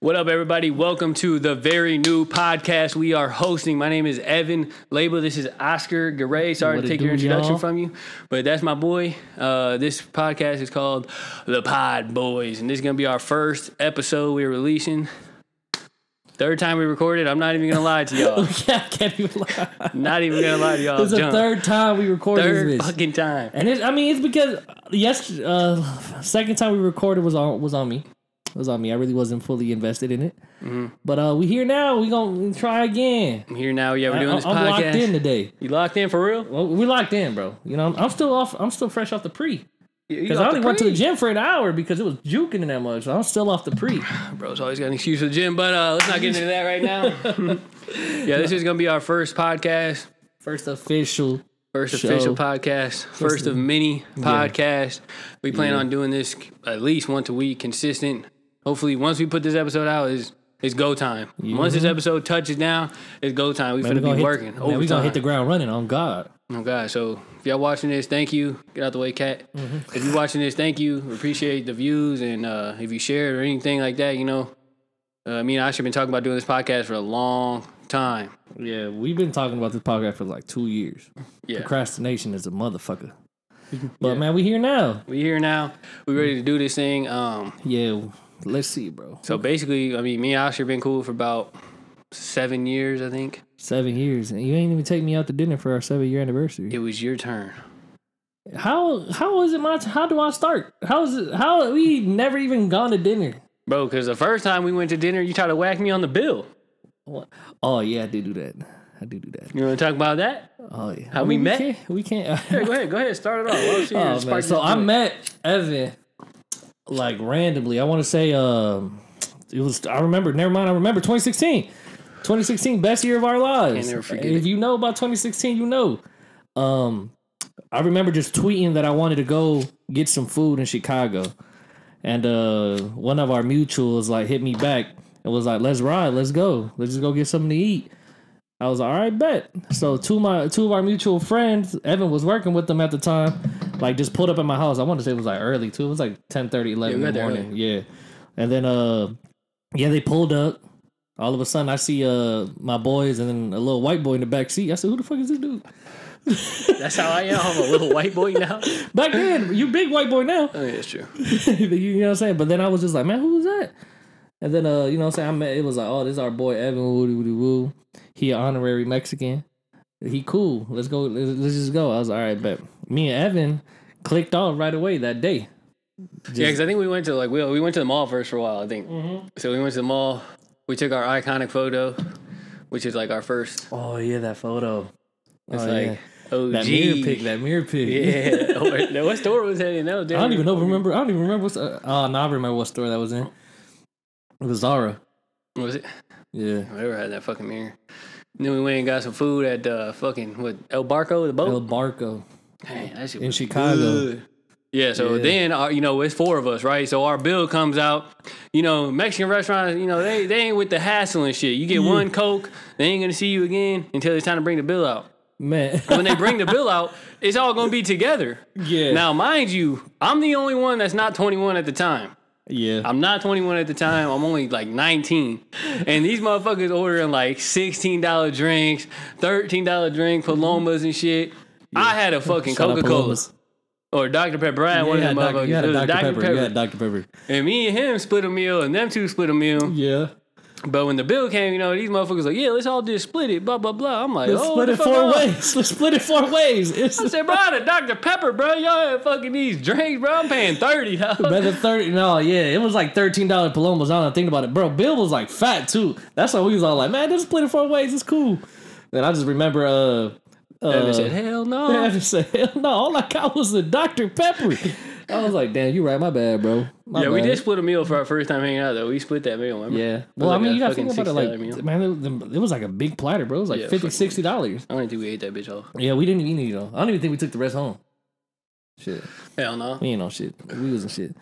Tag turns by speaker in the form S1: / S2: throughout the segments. S1: What up, everybody? Welcome to the very new podcast we are hosting. My name is Evan Label. This is Oscar Garay. Sorry
S2: What
S1: to
S2: it
S1: take
S2: do,
S1: your introduction
S2: y'all?
S1: from you, but that's my boy. Uh, this podcast is called The Pod Boys, and this is going to be our first episode we're releasing. Third time we recorded. I'm not even going to lie to y'all.
S2: Yeah, I can't even lie.
S1: not even going to lie to y'all.
S2: It's the
S1: Jump.
S2: third time we recorded
S1: Third
S2: this.
S1: fucking time.
S2: And it's, I mean, it's because yesterday, uh, second time we recorded was on was on me, It was on me. I really wasn't fully invested in it. But uh, we here now. We gonna try again.
S1: I'm here now. Yeah, we're Mm-hmm. doing
S2: I,
S1: this
S2: am
S1: podcast.
S2: locked in today.
S1: You locked in for real?
S2: Well, we locked in, bro. You know, I'm, I'm still off. I'm still fresh off the pre because I
S1: off the
S2: only went to the
S1: pre.
S2: gym for an hour because it was juking in that much. So I'm still off the pre.
S1: Bro's always got an excuse for the gym, but uh, let's not get into that right now. yeah, this is gonna be our first podcast,
S2: First official.
S1: first
S2: Show.
S1: official podcast, first of many podcasts. We plan on doing this at least once a week, consistent. Hopefully, once we put this episode out, is it's go time. Once this episode touches down, it's go time. We
S2: Mm-hmm. Man, we
S1: finna
S2: gonna
S1: be
S2: hit-
S1: working.
S2: man, we gonna hit the
S1: overtime.
S2: ground running on God.
S1: Oh God! So if y'all watching this, thank you. Get out the way, cat. If you're watching this, thank you. We Appreciate the views, and uh, if you share it or anything like that, you know, uh, me and I should been talking about doing this podcast for a long time.
S2: Yeah, we've been talking about this podcast for like two years.
S1: Yeah,
S2: Procrastination is a motherfucker. But man, we here now.
S1: we here now. We ready to do this thing. Um,
S2: Yeah, let's see, bro.
S1: so basically, I mean, me and Asher been cool for about seven years, I think.
S2: Seven years, and you ain't even take me out to dinner for our seven year
S1: It
S2: anniversary.
S1: was your turn.
S2: How how is it my? How do I start? How is it? How we never even gone to dinner?
S1: Bro, because the first time we went to dinner, you tried to whack me on the bill.
S2: What? Oh yeah, I do do that. I do do that.
S1: You want to talk about that?
S2: Oh yeah.
S1: How
S2: I
S1: we
S2: mean,
S1: met?
S2: Can't, we can't.
S1: Hey, go ahead, go ahead, start it off. I'll see you
S2: Oh,
S1: spark
S2: man. So
S1: this
S2: I
S1: joint.
S2: met Evan like randomly. I want to say um it was I remember, never mind, I remember 2016. 2016 best year of our lives.
S1: never forget
S2: if
S1: it.
S2: you know about 2016, you know. Um I remember just tweeting that I wanted to go get some food in Chicago. And uh one of our mutuals like hit me back and was like, "Let's ride, let's go. Let's just go get something to eat." I was like, all right, bet. So two of my two of our mutual friends, Evan was working with them at the time, like just pulled up at my house. I want to say it was like early too. It was like 10, 11
S1: Yeah, we
S2: in the
S1: got there
S2: morning. Yeah. And then uh yeah, they pulled up. All of a sudden I see uh my boys and then a little white boy in the back seat. I said, Who the fuck is this dude?
S1: That's how I am. I'm a little white boy now.
S2: Back then, you big white boy now.
S1: I mean, it's true.
S2: you know what I'm saying? But then I was just like, man, who was that? And then uh, you know what I'm saying? I met it was like, oh, this is our boy Evan woo doo doo woo. He an honorary Mexican. He cool. Let's go. Let's, let's just go. I was like, all right, but me and Evan clicked off right away that day.
S1: Yeah, because I think we went to like we, we went to the mall first for a while. I think
S2: Mm-hmm.
S1: so. We went to the mall. We took our iconic photo, which is like our first.
S2: Oh yeah, that photo.
S1: It's
S2: oh, yeah.
S1: like oh OG.
S2: that mirror pic. That mirror pic.
S1: Yeah. Or- no, what store was that in? That was
S2: I don't even know. Remember? I don't even remember. What's, uh, oh, no, I remember what store that was in. It was Zara.
S1: Was it?
S2: Yeah.
S1: I never had that fucking mirror. And then we went and got some food at uh, fucking what El Barco, the boat.
S2: El Barco.
S1: Man, that shit
S2: in
S1: was
S2: Chicago.
S1: good. Yeah, so
S2: Yeah.
S1: then our, you know it's four of us, right? So our bill comes out. You know, Mexican restaurants, you know they they ain't with the hassle and shit. You get one coke, they ain't gonna see you again until it's time to bring the bill out.
S2: Man.
S1: When they bring the bill out, it's all gonna be together.
S2: yeah.
S1: Now, mind you, I'm the only one that's not 21 at the time.
S2: Yeah.
S1: I'm not 21 at the time. I'm only like 19. And these motherfuckers ordering like $16 drinks, $13 drink, Palomas and shit. I had a fucking
S2: Shout out
S1: Coca Cola
S2: Palomas.
S1: or Dr. Pepper. I had one of
S2: Yeah,
S1: them
S2: Dr.
S1: motherfuckers.
S2: You had
S1: It
S2: a
S1: was
S2: Dr. Pepper. You had a Dr. Pepper.
S1: And me and him split a meal, and them two split a meal.
S2: Yeah.
S1: But when the bill came, you know, these motherfuckers like, yeah, let's all just split it, blah, blah, blah. I'm like,
S2: Let's
S1: oh,
S2: split
S1: the
S2: it
S1: fuck
S2: four
S1: up.
S2: ways. Let's split it four ways. It's
S1: I said, bro, I had a Dr. Pepper, bro. Y'all had fucking these drinks, bro. I'm paying 30 dog.
S2: better thirty. No, yeah, it was like thirteen dollar palomas. I don't think about it, bro. Bill was like fat too. That's why we was all like, man, just split it four ways. It's cool. Then I just remember. uh, uh
S1: And they said, hell no.
S2: Evan said, "Hell no! All I got was the Dr. Pepper." I was like, "Damn, you right. My bad, bro. My
S1: Yeah, we
S2: bad.
S1: did split a meal for our first time hanging out, though. We split that meal, remember?
S2: Yeah.
S1: was
S2: Well, I
S1: like
S2: mean,
S1: a
S2: you got to
S1: fucking
S2: think about it. Like,
S1: $6 meal.
S2: man, it, it was like a big platter, bro. It was like
S1: Yeah,
S2: fifty,
S1: fucking-
S2: sixty dollars.
S1: I don't think we ate that bitch off.
S2: Yeah, we didn't even eat it though. I don't even think we took the rest home. Shit,
S1: Hell no.
S2: we ain't on shit. We was on shit.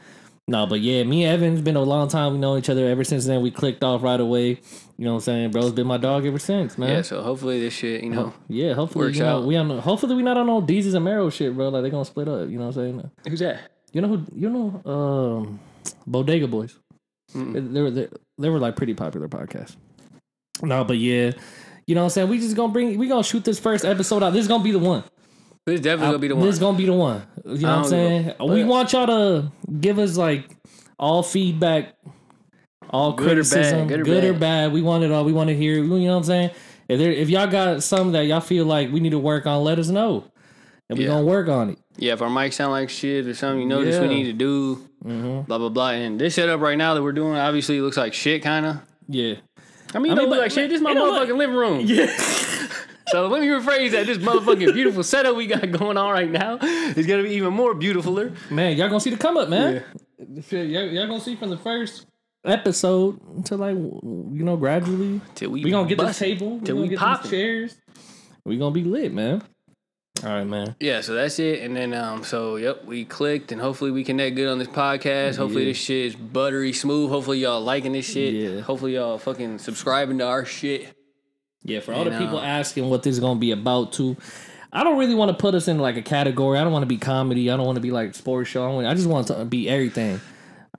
S2: No, but yeah, me and Evan's been a long time. We know each other ever since then. We clicked off right away. You know what I'm saying, bro? It's been my dog ever since, man.
S1: Yeah, so hopefully this shit, you know.
S2: Yeah, hopefully
S1: Works
S2: you know,
S1: out.
S2: we on. Hopefully we not on no Deezus and Mero shit, bro. Like they gonna split up. You know what I'm saying?
S1: Who's that?
S2: You know who? You know, um, Bodega Boys. They were they, they were like pretty popular podcasts. No, but yeah, you know what I'm saying. We just gonna bring we gonna shoot this first episode out. This is gonna be the one.
S1: This definitely gonna be the
S2: This
S1: one.
S2: is gonna be the one. You know
S1: I
S2: what I'm
S1: don't
S2: saying?
S1: know.
S2: we
S1: But-
S2: want y'all to give us like all feedback, all
S1: Good or bad,
S2: criticism,
S1: good or
S2: or
S1: bad.
S2: bad. We want it all. We want to hear. You know what I'm saying? If there, if y'all got something that y'all feel like we need to work on, let us know, and we
S1: Yeah.
S2: gonna work on it.
S1: yeah, if our mic sound like shit or something, you notice we
S2: Yeah. Mm-hmm.
S1: need to do blah blah blah. And this setup right now that we're doing obviously looks like shit, kind of.
S2: Yeah.
S1: I mean, it
S2: mean,
S1: don't look
S2: but-
S1: like shit. This is my
S2: it don't
S1: motherfucking
S2: look-
S1: living room.
S2: Yeah.
S1: So let me rephrase that. This motherfucking beautiful setup we got going on right now is gonna be even more beautifuler.
S2: Man, y'all gonna see the come up, man. Shit, Y'all, y'all gonna see from the first episode to like w- w- you know gradually.
S1: Till we,
S2: We gonna get this
S1: bust it.
S2: table. We
S1: Till
S2: gonna
S1: we
S2: get
S1: poppin'.
S2: these chairs. We gonna be lit, man. All right, man.
S1: Yeah, so that's it. And then um, so yep, we clicked, and hopefully we connect good on this podcast. Hopefully
S2: Yeah.
S1: this shit is buttery smooth. Hopefully y'all liking this shit.
S2: Yeah.
S1: Hopefully y'all fucking subscribing to our shit.
S2: Yeah, for all the
S1: And,
S2: people
S1: uh,
S2: asking what this is gonna be about, too. I don't really want to put us in like a category. I don't want to be comedy. I don't want to be like sports show. I, wanna- I just want to be everything.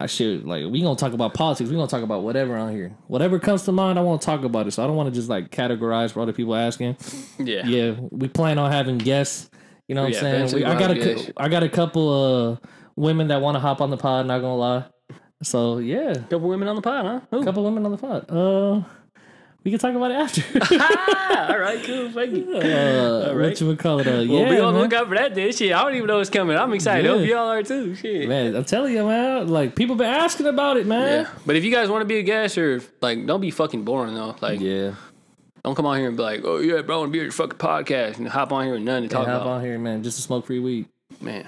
S2: I should like we gonna talk about politics. We gonna talk about whatever on here. Whatever comes to mind, I want to talk about it. So I don't want to just like categorize for all the people asking.
S1: Yeah.
S2: yeah, we plan on having guests. You know what
S1: Yeah,
S2: I'm saying?
S1: eventually
S2: We, I
S1: we'll
S2: got a
S1: have
S2: cou-
S1: guests.
S2: I got a couple uh women that want to hop on the pod. Not gonna lie. So yeah,
S1: Couple women on the pod, huh?
S2: a
S1: Who?
S2: couple women on the pod. Uh, we can talk about it after.
S1: ah, all right, cool. Thank you.
S2: uh,
S1: All right.
S2: What you would call it? Uh,
S1: Well,
S2: yeah,
S1: be on the
S2: man.
S1: lookout for that then. Shit, I don't even know it's coming. I'm excited.
S2: Yeah.
S1: Hope y'all are too. Shit.
S2: man, I'm telling you, man. Like people been asking about it, man.
S1: Yeah. But if you guys want to be a guest or if, like, don't be fucking boring though. Like,
S2: yeah.
S1: don't come on here and be like, oh yeah, bro, I want to be on your fucking podcast and hop on here with nothing to talk
S2: Hop
S1: about,
S2: on here, man. Just to smoke free weed.
S1: man.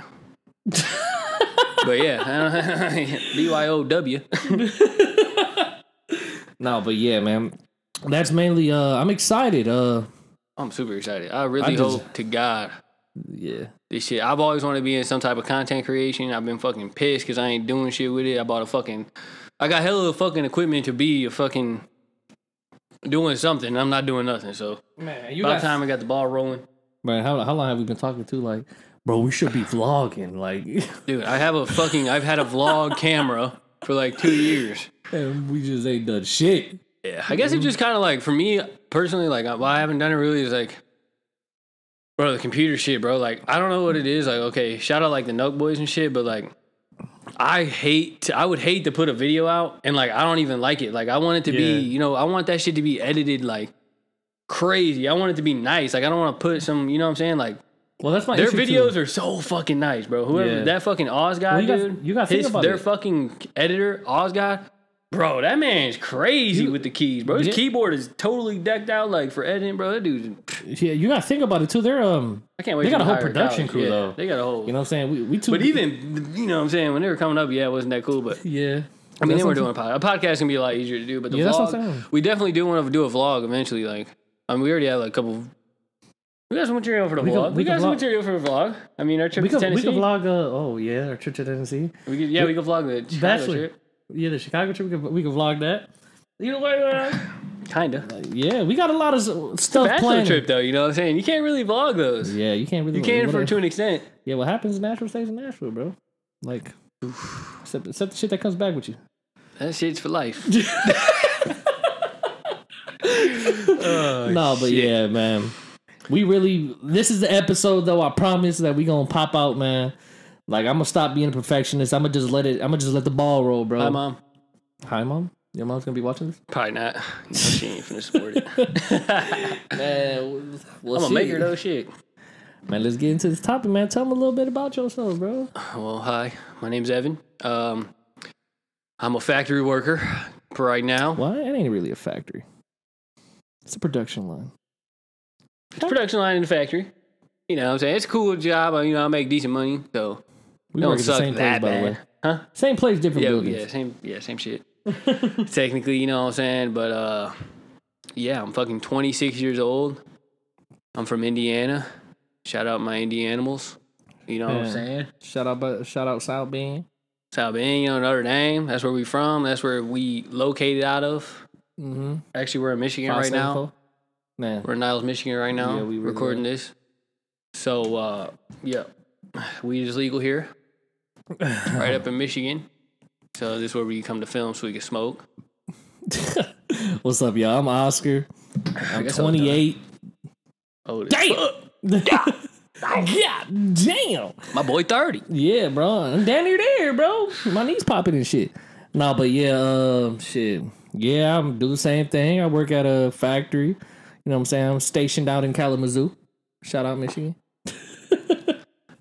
S1: but yeah, BYOW.
S2: No, but yeah, man. That's mainly. Uh, I'm excited. Uh,
S1: I'm super excited. I really
S2: I just-
S1: hope to God
S2: yeah.
S1: this shit. I've always wanted to be in some type of content creation. I've been fucking pissed because I ain't doing shit with it. I bought a fucking, I got hella fucking equipment to be a fucking doing something. I'm not doing nothing. So
S2: Man, you
S1: by the time I got the ball rolling,
S2: Man, how how long have we been talking to? Like, bro, we should be vlogging. Like,
S1: dude, I have a fucking, I've had a vlog camera for like two years.
S2: and we just ain't done shit.
S1: Yeah, I guess it just kind of like for me personally, like uh, why I haven't done it really is like, bro, the computer shit, bro. Like I don't know what it is. Like okay, shout out like the Nook Boys and shit, but like I hate, to, I would hate to put a video out and like I don't even like it. Like I want it to be,
S2: Yeah.
S1: you know, I want that shit to be edited like crazy. I want it to be nice. Like I don't want to put some, you know what I'm saying? Like
S2: Well, that's my
S1: their
S2: issue,
S1: videos
S2: too.
S1: are so fucking nice, bro. Whoever
S2: Yeah.
S1: that fucking Oz guy,
S2: Well, you gotta-
S1: dude,
S2: you gotta think
S1: his,
S2: about
S1: their
S2: it.
S1: fucking editor, Oz guy, bro. That man's crazy with the keys, bro. His
S2: Yeah.
S1: keyboard is totally decked out, like for editing, bro. That dude,
S2: Yeah, you gotta think about it too. They're um,
S1: I can't wait.
S2: They
S1: to
S2: got a whole
S1: hire
S2: production
S1: Kyle.
S2: crew,
S1: Yeah,
S2: though.
S1: They got a whole.
S2: you know what I'm saying. We we too.
S1: but even you know what I'm saying when they were coming up, yeah, it wasn't that cool. But
S2: yeah,
S1: I mean,
S2: That's
S1: they were
S2: what
S1: doing a podcast. A podcast can be a lot easier to do, but the
S2: Yeah, that's what I'm saying.
S1: vlog, we definitely do want to do a vlog eventually. Like, I mean, we already have like a couple. We got some material for the
S2: can-
S1: vlog.
S2: we
S1: we
S2: can
S1: got some
S2: vlog.
S1: material for the vlog. I mean, our trip
S2: We
S1: to
S2: could, we
S1: Tennessee.
S2: could vlog. Uh, oh yeah, our trip to Tennessee.
S1: We could, yeah, we could vlog the Chicago
S2: Bachelor.
S1: trip.
S2: Yeah, the Chicago trip. We could, we could vlog that. You know what? uh,
S1: Kinda.
S2: Yeah, we got a lot of s- stuff
S1: Bachelor
S2: planned.
S1: trip though, you know what I'm saying? You can't really vlog those.
S2: Yeah, you can't really.
S1: You can
S2: what
S1: for
S2: else?
S1: to an extent.
S2: Yeah, what happens in Nashville stays in Nashville, bro. Like, except except the shit that comes back with you.
S1: That shit's for life. Oh,
S2: No, but yeah, man. We really this is the episode though, I promise that we gonna pop out, man. Like I'm gonna stop being a perfectionist. I'm gonna just let it I'm gonna just let the ball roll, bro.
S1: Hi, mom.
S2: Hi, Mom. Your mom's gonna be watching this?
S1: Probably not. No, she ain't finna support it. I'm
S2: Man, we'll,
S1: gonna make her though. Shit.
S2: Man, let's get into this topic, man. Tell them a little bit about yourself, bro.
S1: Well, hi. My name's Evan. Um, I'm a factory worker for right now.
S2: Why? It ain't really a factory. It's a production line.
S1: It's production line in the factory. You know what I'm saying? It's a cool job. I- You know, I make decent money, so
S2: We
S1: don't
S2: work at the
S1: suck
S2: same place,
S1: that
S2: by the way.
S1: bad. Huh?
S2: Same place, different
S1: yeah,
S2: buildings.
S1: yeah, same, yeah, same shit. Technically, you know what I'm saying, but uh, yeah, I'm fucking 26 years old. I'm from Indiana. Shout out my Indianimals. You know what I'm
S2: Yeah.
S1: saying?
S2: Shout out, bu- shout out, South Bend.
S1: South Bend, you know Notre Dame. That's where we from. That's where we located out of.
S2: Mm-hmm.
S1: Actually, we're in Michigan right now.
S2: man.
S1: We're in Niles, Michigan right now.
S2: Yeah, we really
S1: recording this. So uh, yeah, weed is legal here, right up in Michigan. So this is where we come to film so we can smoke.
S2: What's up, y'all? I'm Oscar. I'm
S1: guess I'm done.
S2: 28.
S1: Oh, this-
S2: Damn. God damn.
S1: my boy, thirty.
S2: Yeah, bro. I'm down near there, bro. My knees popping and shit. Nah, but yeah, um, shit. Yeah, I'm do the same thing. I work at a factory. You know what I'm saying? I'm stationed out in Kalamazoo. Shout out Michigan.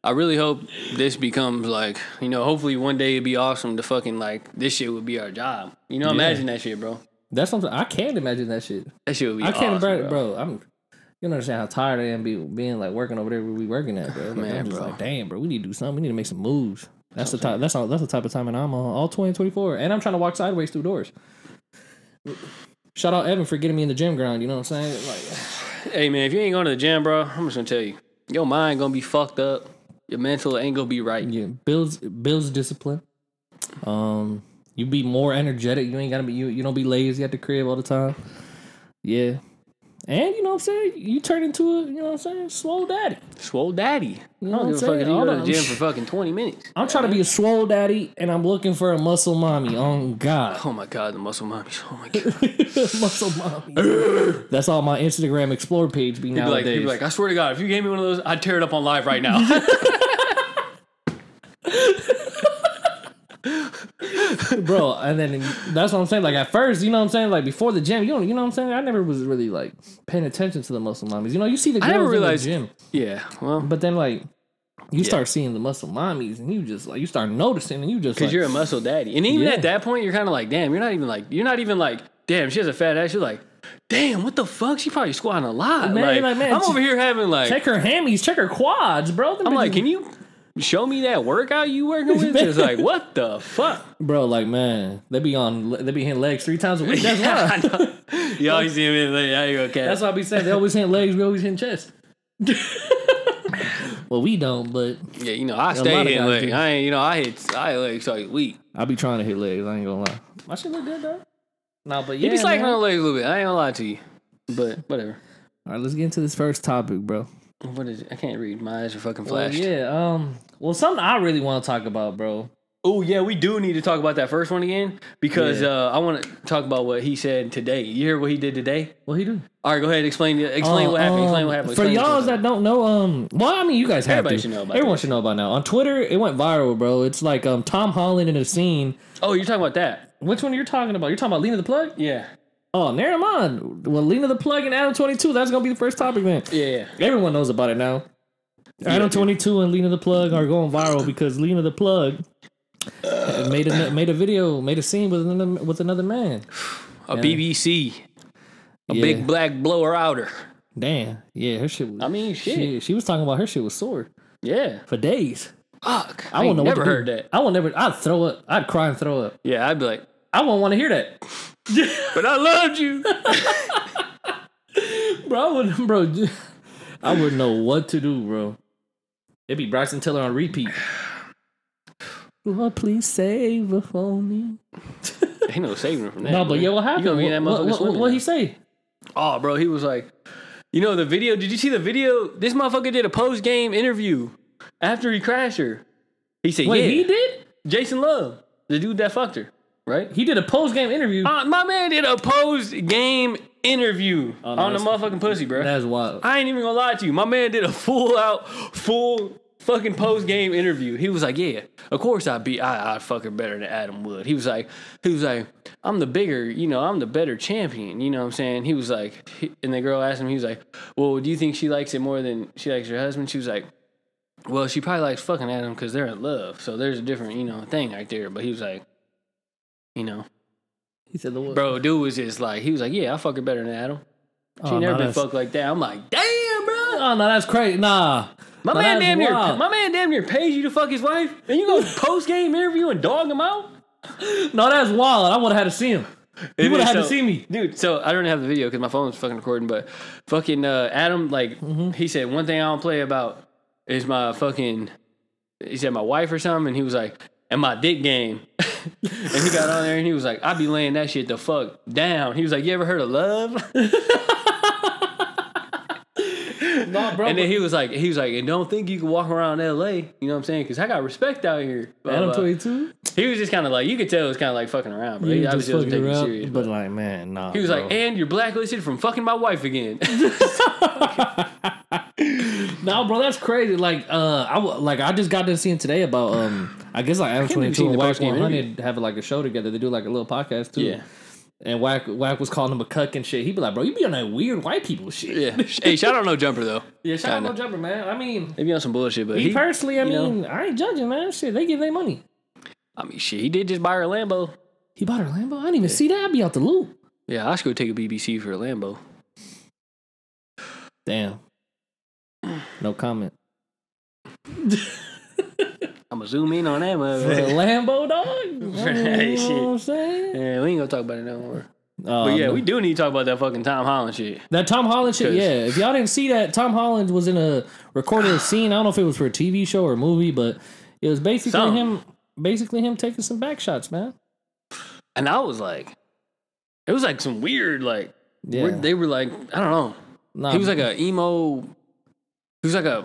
S1: I really hope this becomes like you know. Hopefully, one day it'd be awesome to fucking like this shit would be our job. You know, imagine that shit, bro.
S2: That's something I can't imagine that shit.
S1: That shit would be.
S2: I can't
S1: awesome,
S2: imagine, bro. I'm. You don't understand how tired I am be, being like working over there where we working at, bro. Like,
S1: Man,
S2: I'm just
S1: bro.
S2: like, damn, bro, we need to do something. We need to make some moves. That's the type. That's all. That's the type of time and I'm on all 2024, and I'm trying to walk sideways through doors. Shout out Evan for getting me in the gym ground. You know what I'm saying? Like,
S1: Hey man, if you ain't going to the gym, bro, I'm just gonna tell you, your mind gonna be fucked up. Your mental ain't gonna be right.
S2: yeah, builds builds discipline. Um, you be more energetic. You ain't gotta be you. You don't be lazy at the crib all the time. Yeah, and you know what I'm saying. You turn into a you know what I'm saying slow daddy.
S1: Swole daddy.
S2: You know
S1: I don't give a
S2: what I'm
S1: fuck
S2: saying?
S1: if you go
S2: Hold
S1: to the
S2: on.
S1: gym for fucking 20 minutes.
S2: I'm trying to be a swole daddy and I'm looking for a muscle mommy. On God.
S1: Oh my god, the muscle mommies. Oh my god.
S2: muscle mommy. That's all my Instagram explore page be
S1: People like, people
S2: nowadays.
S1: like, I swear to God, if you gave me one of those, I'd tear it up on live right now.
S2: Bro, and then that's what I'm saying. Like at first, you know what I'm saying? Like before the gym, you don't you know what I'm saying? I never was really like paying attention to the muscle mommies. You know, you see the
S1: I
S2: girls
S1: never
S2: in the
S1: realized-
S2: gym.
S1: yeah, well,
S2: But then like you start seeing the muscle mommies and you just like you start noticing and you just
S1: because
S2: like,
S1: you're a muscle daddy. And even
S2: Yeah.
S1: at that point, you're kind of like, damn, you're not even like, you're not even like, damn, she has a fat ass. You're like, damn, what the fuck? She probably squatting a lot.
S2: Man, you're
S1: like,
S2: like, man,
S1: I'm
S2: she-
S1: over here having like,
S2: check her hammies, check her quads, bro. Them
S1: I'm like,
S2: bitches-
S1: can you show me that workout you working with? It's like, what the fuck?
S2: bro, like man, they be on they be hitting legs three times a week. That's
S1: I
S2: why.
S1: know. You always see me like, yeah, you okay?
S2: That's what I be saying. They always hit legs. We always hit chest. well, we don't, but
S1: yeah, you know, I
S2: lot
S1: stay
S2: of
S1: hitting
S2: guys
S1: leg.
S2: do.
S1: I ain't, you know, I hit, I hit legs all week.
S2: I be trying to hit legs. I ain't gonna lie. My shit look good though. Nah, but
S1: You
S2: yeah.
S1: be slacking
S2: man.
S1: on legs a little bit. I ain't gonna lie to you, but whatever.
S2: All right, let's get into this first topic, bro.
S1: What is it? I can't read. My eyes are fucking
S2: Well,
S1: flashed.
S2: yeah. Um. Well, something I really want to talk about, bro.
S1: Oh yeah, we do need to talk about that first one again because
S2: Yeah.
S1: uh, I want to talk about what he said today. You hear what he did today?
S2: What he do?
S1: All right, go ahead. Explain. Explain
S2: Uh,
S1: what happened. Explain
S2: um,
S1: what happened.
S2: For
S1: explain what
S2: y'all
S1: happened.
S2: that don't know, um, well, I mean, you guys have
S1: Everybody
S2: to.
S1: should know about
S2: Everyone should know about now. On Twitter, it went viral, bro. It's like um, Tom Holland in a scene.
S1: oh, you're talking about that?
S2: Which one are you talking about? You're talking about Lena the Plug?
S1: Yeah.
S2: Oh, never mind. Well, Lena the Plug and Adam 22. That's gonna be the first topic then.
S1: Yeah. yeah.
S2: Everyone knows about it now. Adam
S1: dude.
S2: 22 and Lena the Plug are going viral because Lena the Plug uh, made a made a video, made a scene with another with another man.
S1: A BBC. A
S2: Yeah.
S1: big black blower outer.
S2: Damn, yeah, her shit was.
S1: I mean, shit.
S2: she, she was talking about her shit was sore
S1: Yeah.
S2: for days.
S1: Fuck. I,
S2: I won't
S1: ain't
S2: know.
S1: never
S2: what to
S1: heard
S2: do.
S1: that.
S2: I will never. I'd throw up. I'd cry and throw up.
S1: Yeah, I'd be like,
S2: I won't want to hear that,
S1: but I loved you.
S2: bro. I wouldn't, bro. I wouldn't know what to do, bro. It'd be Bryson Tiller on repeat. Lord, please save her for me.
S1: ain't no saving him from that.
S2: No, but
S1: boy.
S2: yeah, what happened?
S1: You gonna be in that
S2: What-
S1: motherfucker
S2: what, what,
S1: swimming
S2: what
S1: now.
S2: he say?
S1: Oh, bro, he was like, you know the video. Did you see the video? This motherfucker did a post game interview after he crashed her. He said,
S2: Wait,
S1: "Yeah,
S2: he did?
S1: Jason Love, the dude that fucked her, right?"
S2: He did a post game interview.
S1: Uh, my man did a post game interview
S2: Oh, no,
S1: on the
S2: that's-
S1: motherfucking pussy, bro.
S2: That's wild.
S1: I ain't even gonna lie to you. My man did a full out, full fucking post game interview. He was like, "Yeah, of course I beat. I I fuck her better than Adam Wood." He was like, "He was like, I'm the bigger, you know, I'm the better champion." You know what I'm saying? He was like, he- and the girl asked him, he was like, "Well, do you think she likes it more than she likes her husband?" She was like. Well, she probably likes fucking Adam because they're in love. So there's a different, you know, thing right there. But he was like, you know,
S2: He said the word.
S1: bro, dude was just like, he was like, yeah, I fuck her better than Adam. She
S2: Oh,
S1: never
S2: no,
S1: been
S2: that's-
S1: fucked like that. I'm like, damn, bro.
S2: Oh no, that's crazy. Nah.
S1: My
S2: No,
S1: man
S2: that's
S1: damn near,
S2: wild.
S1: my man damn near pays you to fuck his wife, and you go post game interview and dog him out.
S2: No, that's wild. I would have had to see him. He would have had to see me.
S1: dude. So I don't have the video because my phone's fucking recording. But fucking uh, Adam, like he said, one thing I don't play about is my fucking. He said my wife or something, and he was like, and my dick game. and he got on there and he was like, I be laying that shit the fuck down. He was like, you ever heard of love?
S2: no, bro.
S1: And then he was like, he was like, and don't think you can walk around L.A. You know what I'm saying? Because I got respect out here. Blah,
S2: Adam
S1: blah.
S2: twenty two.
S1: He was just kind of like, you could tell it was kind of like fucking around, bro. he
S2: You just
S1: obviously wasn't
S2: fucking
S1: taking it
S2: around,
S1: serious.
S2: but like, man, nah.
S1: He was
S2: bro.
S1: like, and you're blacklisted from fucking my wife again.
S2: No, bro, that's crazy. Like, uh, I w- like I just got done seeing today about um, I guess like Adam
S1: can't believe
S2: Twenty Two and
S1: you've
S2: Whack
S1: seen the
S2: One
S1: Backstreet
S2: Hundred have like a show together. They do like a little podcast too.
S1: Yeah.
S2: And Whack Whack was calling him a cuck and shit. He be like, bro, you be on that weird white people shit.
S1: yeah. Hey, shout out no jumper though.
S2: yeah. Shout out
S1: Kinda.
S2: no jumper, man. I mean,
S1: Maybe on some bullshit, but
S2: me
S1: he,
S2: personally, I
S1: you know.
S2: mean, I ain't judging, man. Shit, they give their money.
S1: I mean, shit, he did just buy her a Lambo.
S2: He bought her a Lambo. I didn't even see that. I'd be out the loop.
S1: Yeah, I should go take a BBC for a Lambo.
S2: Damn. No comment.
S1: I'm gonna zoom in on that
S2: For a
S1: motherfucker.
S2: Lambo dog.
S1: For that
S2: you
S1: shit.
S2: know what I'm saying?
S1: Yeah, we ain't gonna talk about it no more. Um,
S2: Oh,
S1: But yeah,
S2: no.
S1: we do need to talk about that fucking Tom Holland shit.
S2: That Tom Holland shit,
S1: 'Cause-
S2: yeah. If y'all didn't see that, Tom Holland was in a recorded scene. I don't know if it was for a TV show or a movie, but it was basically
S1: Some.
S2: him, basically him taking some back shots, man.
S1: And I was like, it was like some weird, like,
S2: Yeah,
S1: weird- they were like, I don't know.
S2: nah,
S1: He was like a emo. He was like a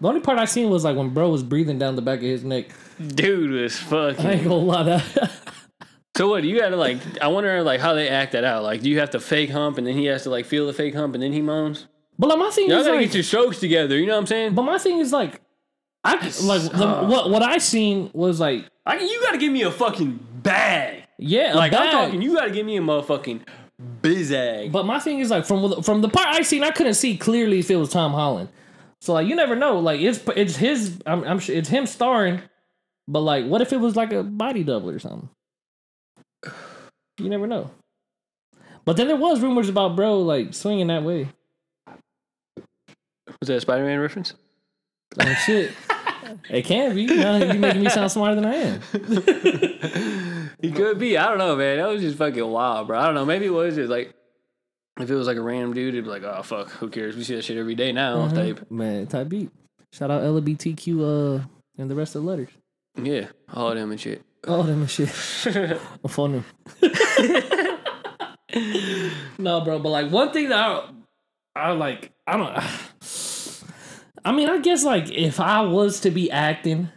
S2: the only part I seen was like when bro was breathing down the back of his neck.
S1: dude was
S2: I ain't
S1: fucking.
S2: gonna lie, that
S1: So what? You gotta like. I wonder like how they act that out. Like, do you have to fake hump and then he has to like feel the fake hump and then he moans?
S2: but like my thing
S1: Y'all
S2: is
S1: gotta
S2: like,
S1: get your strokes together. You know what I'm saying?
S2: but my thing is like, I like the,
S1: uh,
S2: what what I seen was like,
S1: I, you gotta give me a fucking bag.
S2: yeah, a
S1: Like I'm
S2: bag.
S1: talking, you gotta give me a motherfucking bizag.
S2: But my thing is like from from the part I seen, I couldn't see clearly if it was Tom Holland. So like you never know. Like it's it's his. I'm, I'm sure it's him starring. But like, what if it was like a body double or something? You never know. But then there was rumors about bro like swinging that way.
S1: Was that a Spider-Man reference?
S2: Like, shit, it can be. Now you making me sound smarter than I am.
S1: He could be. I don't know, man. That was just fucking wild, bro. I don't know. Maybe it was just like if it was like a random dude, it'd be like, oh fuck, who cares? We see that shit every day now. Type.
S2: Man, type beat. Shout out LBTQ uh and the rest of the letters.
S1: Yeah, all of them and shit.
S2: Oh, them and shit. I'm phoning. no, bro, but like one thing that I, I like, I don't. I mean, I guess like if I was to be acting,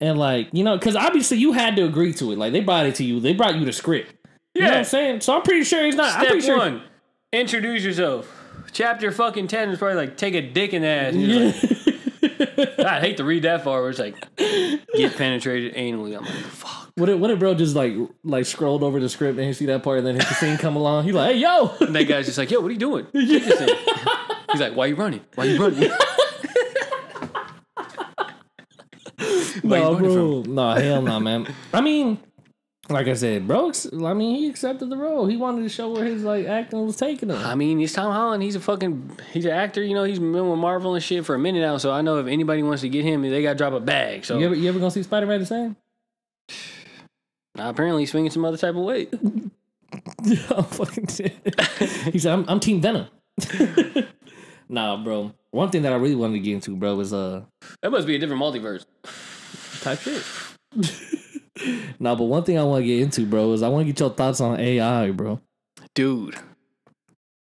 S2: and like you know, because obviously you had to agree to it. Like they brought it to you. They brought you the script. You know what I'm saying? So I'm pretty sure he's not. I'm
S1: Step
S2: pretty sure.
S1: one: introduce yourself. Chapter fucking ten is probably like take a dick in the ass. And you're
S2: Yeah.
S1: like, I'd hate to read that far. Where it's like get penetrated anally. I'm like, fuck.
S2: what if, what if bro just like like scrolled over the script and he see that part and then his scene come along? He like, hey yo,
S1: And that guy's just like, yo, what are you doing? Take this thing. He's like, why you running? Why you running? Where
S2: No,
S1: you learning
S2: bro. No, hell no, man. I mean, like I said, bro. ex- I mean, he accepted the role. He wanted to show where his like acting was taking him.
S1: I mean, it's Tom Holland. He's a fucking, he's an actor. You know, he's been with Marvel and shit for a minute now. So I know if anybody wants to get him, they got to drop a bag. So
S2: You ever, you ever gonna see Spider Man the same?
S1: Nah, apparently, he's swinging some other type of weight.
S2: Yeah, I'm fucking dead. He said, "I'm, I'm Team Venom." nah, bro. One thing that I really wanted to get into, bro, was uh
S1: That must be a different multiverse.
S2: type shit. nah, but one thing I want to get into, bro, is I want to get your thoughts on AI, bro.
S1: Dude.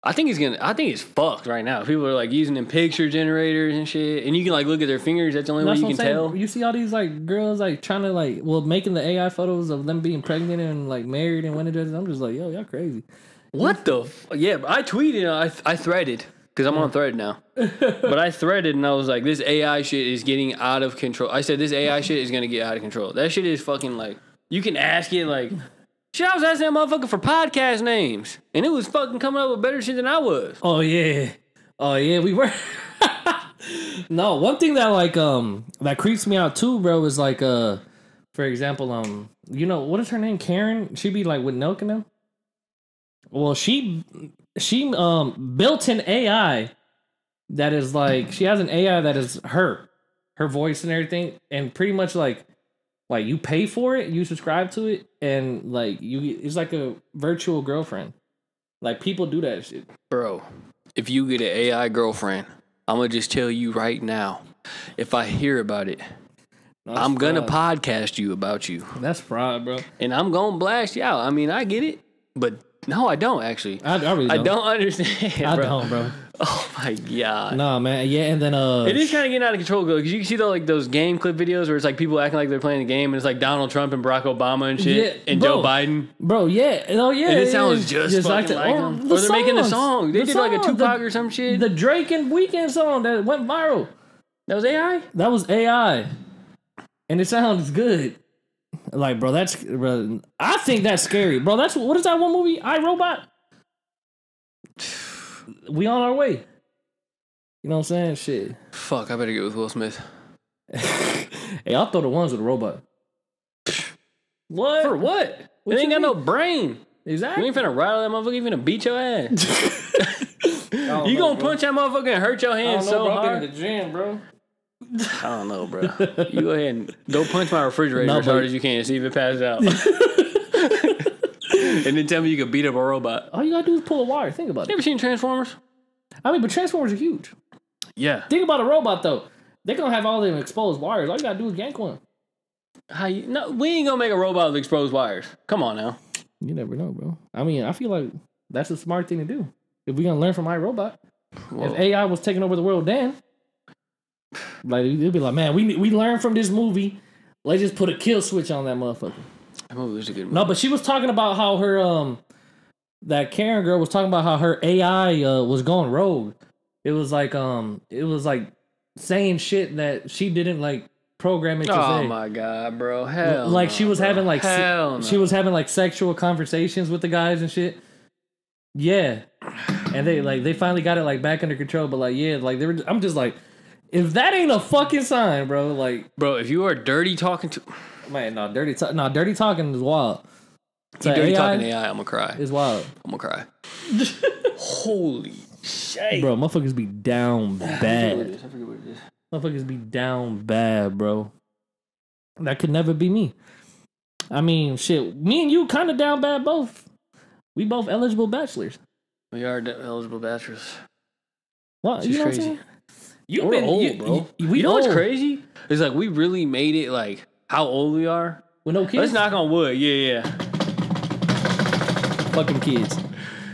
S1: I think he's gonna. I think it's fucked right now. People are like using them picture generators and shit, and you can like look at their fingers. That's the only way you
S2: what
S1: can
S2: I'm saying.
S1: tell.
S2: You see all these like girls like trying to like well making the AI photos of them being pregnant and like married and when it does. I'm just like, yo, y'all crazy.
S1: What the? F- yeah, but I tweeted. I I threaded because I'm on thread now. but I threaded and I was like, this AI shit is getting out of control. I said this AI shit is gonna get out of control. That shit is fucking like you can ask it like. Shit, I was asking that motherfucker for podcast names, and it was fucking coming up with better shit than I was.
S2: Oh yeah, oh yeah, we were. no, one thing that like um that creeps me out too, bro, is like uh, for example, um, you know what is her name? Karen. She be like with Nelk and them. Well, she she um built an AI that is like she has an AI that is her, her voice and everything, and pretty much like like you pay for it, you subscribe to it, and like you it's like a virtual girlfriend. Like people do that shit.
S1: Bro, if you get an AI girlfriend, I'm gonna just tell you right now. If I hear about it,
S2: No, that's
S1: I'm gonna
S2: fraud.
S1: podcast you about you,
S2: That's fraud, bro.
S1: and I'm gonna blast you out. I mean, I get it. but no, I don't actually.
S2: I, I really don't.
S1: I don't understand.
S2: I
S1: bro.
S2: don't, bro.
S1: Oh my god.
S2: Nah, man. Yeah, and then uh,
S1: It is kind of getting out of control though, because you can see though, like those game clip videos where it's like people acting like they're playing the game, and it's like Donald Trump and Barack Obama and shit,
S2: Yeah,
S1: and
S2: bro.
S1: Joe Biden.
S2: bro. Yeah. Oh, yeah.
S1: And it
S2: yeah,
S1: sounds
S2: yeah.
S1: just, fucking like,
S2: the- oh,
S1: them.
S2: the
S1: or they're making the
S2: songs.
S1: song. They
S2: The
S1: did like a
S2: songs.
S1: Tupac
S2: The-
S1: or some shit.
S2: The Drake and Weekend song that went viral.
S1: that was AI.
S2: That was AI, and it sounds good. Like, bro, that's bro, I think that's scary, bro. That's what is that one movie? I Robot. We on our way. You know what I'm saying? Shit.
S1: Fuck, I better get with Will Smith.
S2: Hey, I'll throw the ones with a robot. What?
S1: For what?
S2: What
S1: they ain't
S2: you
S1: got
S2: mean?
S1: no brain. You
S2: Exactly.
S1: ain't finna rattle that motherfucker. You finna beat your ass. you gonna punch that motherfucker and hurt your hand so hard.
S2: the gym, bro.
S1: I don't know, bro. You go ahead and go punch my refrigerator
S2: No,
S1: as hard
S2: but-
S1: as you can. See if it passes out. and then tell me you could beat up a robot.
S2: All you gotta do is pull a wire. Think about
S1: You
S2: it.
S1: ever seen Transformers?
S2: I mean, but Transformers are huge.
S1: Yeah.
S2: Think about a robot though. They're gonna have all them exposed wires. All you gotta do is yank one.
S1: How you, no, we ain't gonna make a robot with exposed wires. Come on now.
S2: You never know, bro. I mean, I feel like that's a smart thing to do. If we're gonna learn from iRobot,
S1: Whoa.
S2: if AI was taking over the world, then like they'd be like, man, we we learned from this movie. Let's just put a kill switch on that motherfucker.
S1: That movie was a good movie.
S2: No, but she was talking about how her um that Karen girl was talking about how her AI uh, was going rogue. It was like um it was like saying shit that she didn't like program it to
S1: Oh
S2: say.
S1: my god, bro. Hell.
S2: like
S1: no,
S2: she was
S1: bro.
S2: having like se-
S1: Hell no.
S2: she was having like sexual conversations with the guys and shit. Yeah. And they like they finally got it like back under control, but like yeah, like they were I'm just like if that ain't a fucking sign, bro, like
S1: Bro, if you are dirty talking to
S2: man, no dirty talk no dirty talking is wild.
S1: you
S2: To
S1: dirty
S2: AI
S1: talking to AI, I'm gonna cry.
S2: is wild.
S1: I'm gonna cry. Holy shit.
S2: Bro, motherfuckers be down bad.
S1: I forget what it is.
S2: motherfuckers be down bad, bro. That could never be me. I mean, shit, me and you kind of down bad both. We both eligible bachelors.
S1: We are de- eligible bachelors.
S2: What?
S1: She's
S2: You know
S1: crazy.
S2: what I'm saying? You've
S1: We're
S2: been-
S1: old,
S2: you-
S1: bro.
S2: you- we
S1: you know what's
S2: old.
S1: crazy? It's like we really made it like how old we are.
S2: With no kids?
S1: Let's knock on wood. Yeah, yeah.
S2: fucking kids.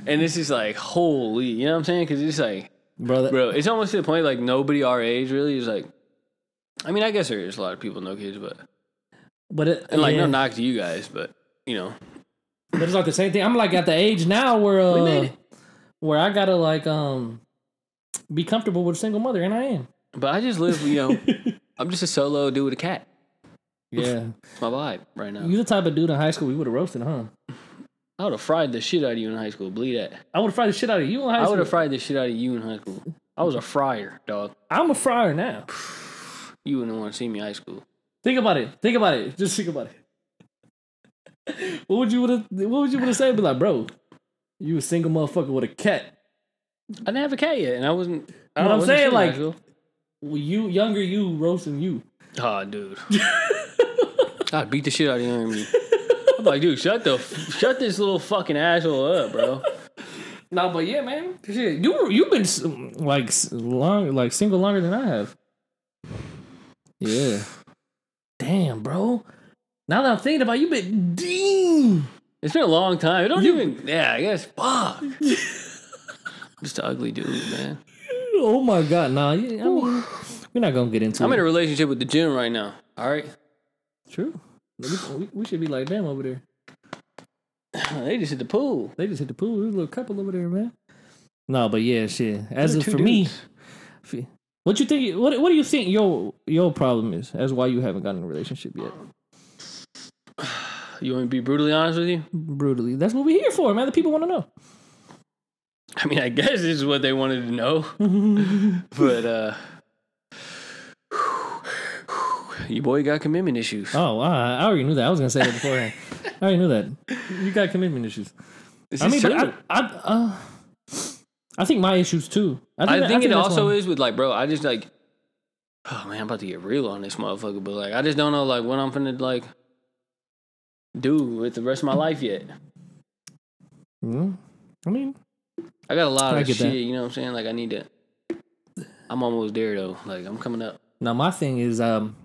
S1: And this is like holy, you know what I'm saying? Because it's like,
S2: Bro, that,
S1: bro, it's almost to the point like nobody our age really is like. I mean, I guess there is a lot of people with no kids, but
S2: but it,
S1: and like
S2: yeah.
S1: no knock to you guys, but you know,
S2: But it's like the same thing. I'm like at the age now where
S1: We made
S2: uh,
S1: it.
S2: where I gotta like um be comfortable with a single mother, and I am.
S1: But I just live, you know, I'm just a solo dude with a cat.
S2: Yeah,
S1: It's my vibe right now.
S2: you the type of dude in high school we would have roasted, huh?
S1: I would have fried the shit out of you in high school. Believe that.
S2: I would have fried the shit out of you in high
S1: I
S2: school.
S1: would have fried the shit out of you in high school. I was a fryer, dog.
S2: I'm a fryer now.
S1: You wouldn't want to see me in high school.
S2: Think about it. Think about it. Just think about it. What would you would have? What would you would have said? Be like, bro, you a single motherfucker with a cat.
S1: I didn't have a cat yet, and I wasn't. I don't
S2: What
S1: know,
S2: I'm
S1: wasn't
S2: saying,
S1: shit in high
S2: like-
S1: school.
S2: Well, you younger, you roasting you.
S1: Aw, dude. I'd beat the shit out of him. I'm like, dude, shut the, shut this little fucking asshole up, bro.
S2: No, but yeah, man, shit, you were- you've been s- like s- long, like single longer than I have. Yeah. Damn, bro. Now that I'm thinking about, it, you've been damn.
S1: It's been a long time. It don't
S2: You-
S1: even. Yeah, I guess. Fuck. just an ugly dude, man.
S2: Oh my god, nah. you- I mean, we're not gonna get into
S1: I'm
S2: it.
S1: in a relationship with the gym right now. All right.
S2: True. We, we- we should be like them over there.
S1: They just hit the pool.
S2: They just hit the pool. There's a little couple over there, man. No, but yeah, shit. As
S1: They're
S2: of,
S1: two
S2: for me,
S1: dudes.
S2: f- what you think? What What do you think your your problem is? As why you haven't gotten in a relationship yet?
S1: you want me to be brutally honest with you?
S2: Brutally, that's what we're here for, man. The people want to know.
S1: I mean, I guess this is what they wanted to know. but uh your boy got commitment issues.
S2: Oh, I, I already knew that. I was gonna say that beforehand. I already knew that. You got commitment issues.
S1: This
S2: I
S1: is
S2: mean, but I,
S1: true.
S2: I, uh, I think my issues too.
S1: I think, it
S2: that's
S1: also
S2: one.
S1: is with like, bro. I just like, oh man, I'm about to get real on this motherfucker, but like, I just don't know like what I'm finna like do with the rest of my life yet.
S2: Mm. I mean,
S1: I got a lot
S2: I
S1: of
S2: get
S1: shit,
S2: that.
S1: you know what I'm saying? Like, I need to. I'm almost there though. Like, I'm coming up.
S2: now my thing is, um,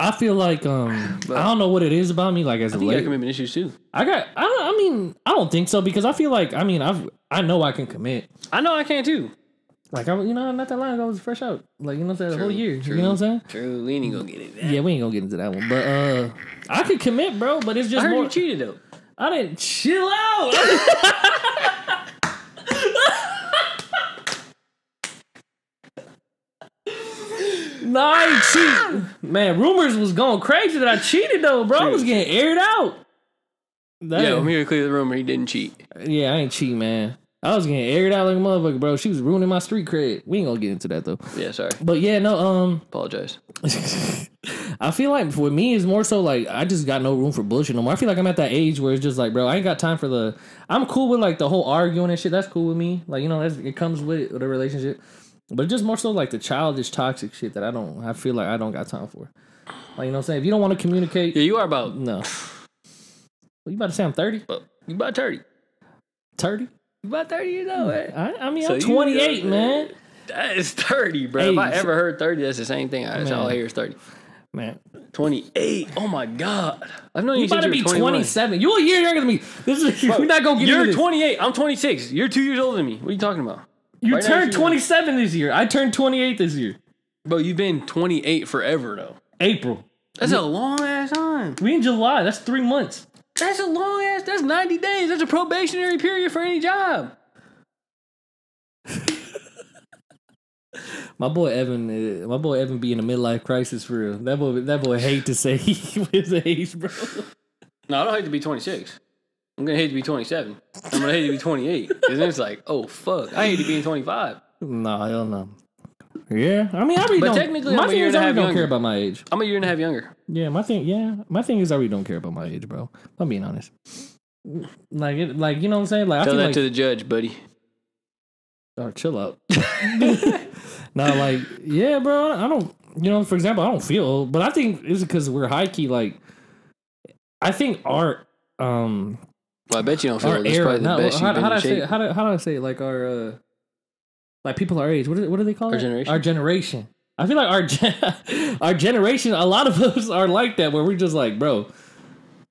S2: I feel like um,
S1: But-
S2: I don't know what it is about me. Like as
S1: I
S2: a
S1: think you got
S2: late,
S1: commitment issues too.
S2: I got. I, don't- I mean, mean, I don't think so because I feel like I mean I've I know I can commit.
S1: I know I can too.
S2: Like I, you know, not that long ago I was fresh out. Like you know, what I'm saying the whole
S1: True,
S2: year.
S1: true,
S2: You know what I'm saying?
S1: True, we ain't gonna get it.
S2: Yeah, we ain't gonna get into that one, but uh, I could commit, bro. But it's
S1: I
S2: just
S1: heard
S2: more.
S1: you cheated though.
S2: I didn't chill out. nah, I ain't cheat. Man, rumors was going crazy that I cheated though, bro. I was getting aired out. That-
S1: Yeah, I'm here to clear the rumor. He didn't cheat.
S2: yeah, I ain't cheat, man. I was getting aired out like a motherfucker, bro. She was ruining my street cred. We ain't gonna get into that though.
S1: Yeah, sorry.
S2: But yeah, no, um,
S1: Apologize.
S2: I feel like for me, it's more so like I just got no room for bullshit no more. I feel like I'm at that age where it's just like, bro, I ain't got time for the. I'm cool with like the whole arguing and shit. That's cool with me. Like you know, that's it comes with it with a relationship, but just more so like the childish, toxic shit that I don't. I feel like I don't got time for. Like you know, what I'm saying if you don't want to communicate,
S1: Yeah, you are about
S2: no. Well, you about to say I'm 30?
S1: well, you about thirty. You
S2: 30?
S1: about thirty years old. eh?
S2: I, I mean,
S1: So
S2: I'm
S1: you-
S2: 28, man.
S1: That is thirty, bro. if I
S2: Hey, so-
S1: ever heard thirty, that's the same thing. That's all I
S2: Man.
S1: hear is thirty.
S2: Man,
S1: Twenty-eight. Oh my god. I've known you,
S2: you about
S1: since
S2: to
S1: you were
S2: be
S1: 21.
S2: 27. You a year younger than me. This is we're not gonna get into
S1: You're
S2: this.
S1: 28. I'm 26. You're two years older than me. What are you talking about?
S2: You
S1: Right now,
S2: turned
S1: she-
S2: 27 this year. I turned 28 this year.
S1: Bro, you've been 28 forever, though.
S2: April.
S1: That's a long ass time.
S2: We in July. That's three months.
S1: That's a long ass. That's 90 days. That's a probationary period for any job.
S2: My boy Evan, uh, my boy Evan, be in a midlife crisis for real. That boy, that boy hate to say his age, bro.
S1: No, I don't hate to be 26. I'm gonna hate to be 27. I'm gonna hate to be 28. Cause then it's like, oh fuck, I hate to be in 25.
S2: Nah, hell no. Yeah, I mean, I really
S1: But
S2: don't.
S1: technically,
S2: my
S1: I'm a
S2: thing
S1: year
S2: is,
S1: and a
S2: I really
S1: half
S2: don't
S1: younger.
S2: care about my age.
S1: I'm a year and a half younger.
S2: Yeah, my thing. Yeah, my thing is, I really don't care about my age, bro. If I'm being honest. Like, it, like you know what I'm saying? Like, I
S1: Tell
S2: feel
S1: that
S2: like,
S1: to the judge, buddy.
S2: Oh, chill out. Not like, yeah, bro. I don't, you know, for example, I don't feel, old, but I think it's because we're high key. Like, I think our, um,
S1: Well, I bet you don't feel
S2: our
S1: old. That's
S2: era.
S1: probably the
S2: Not,
S1: best
S2: how,
S1: you've
S2: how do
S1: been
S2: I
S1: in
S2: say? it?
S1: shape.
S2: How do, how do I say? it? Like our, uh, like people our age. What do, what do they call
S1: Our
S2: it?
S1: generation?
S2: Our generation. I feel like our gen- our generation. A lot of us are like that, where we're just like, bro.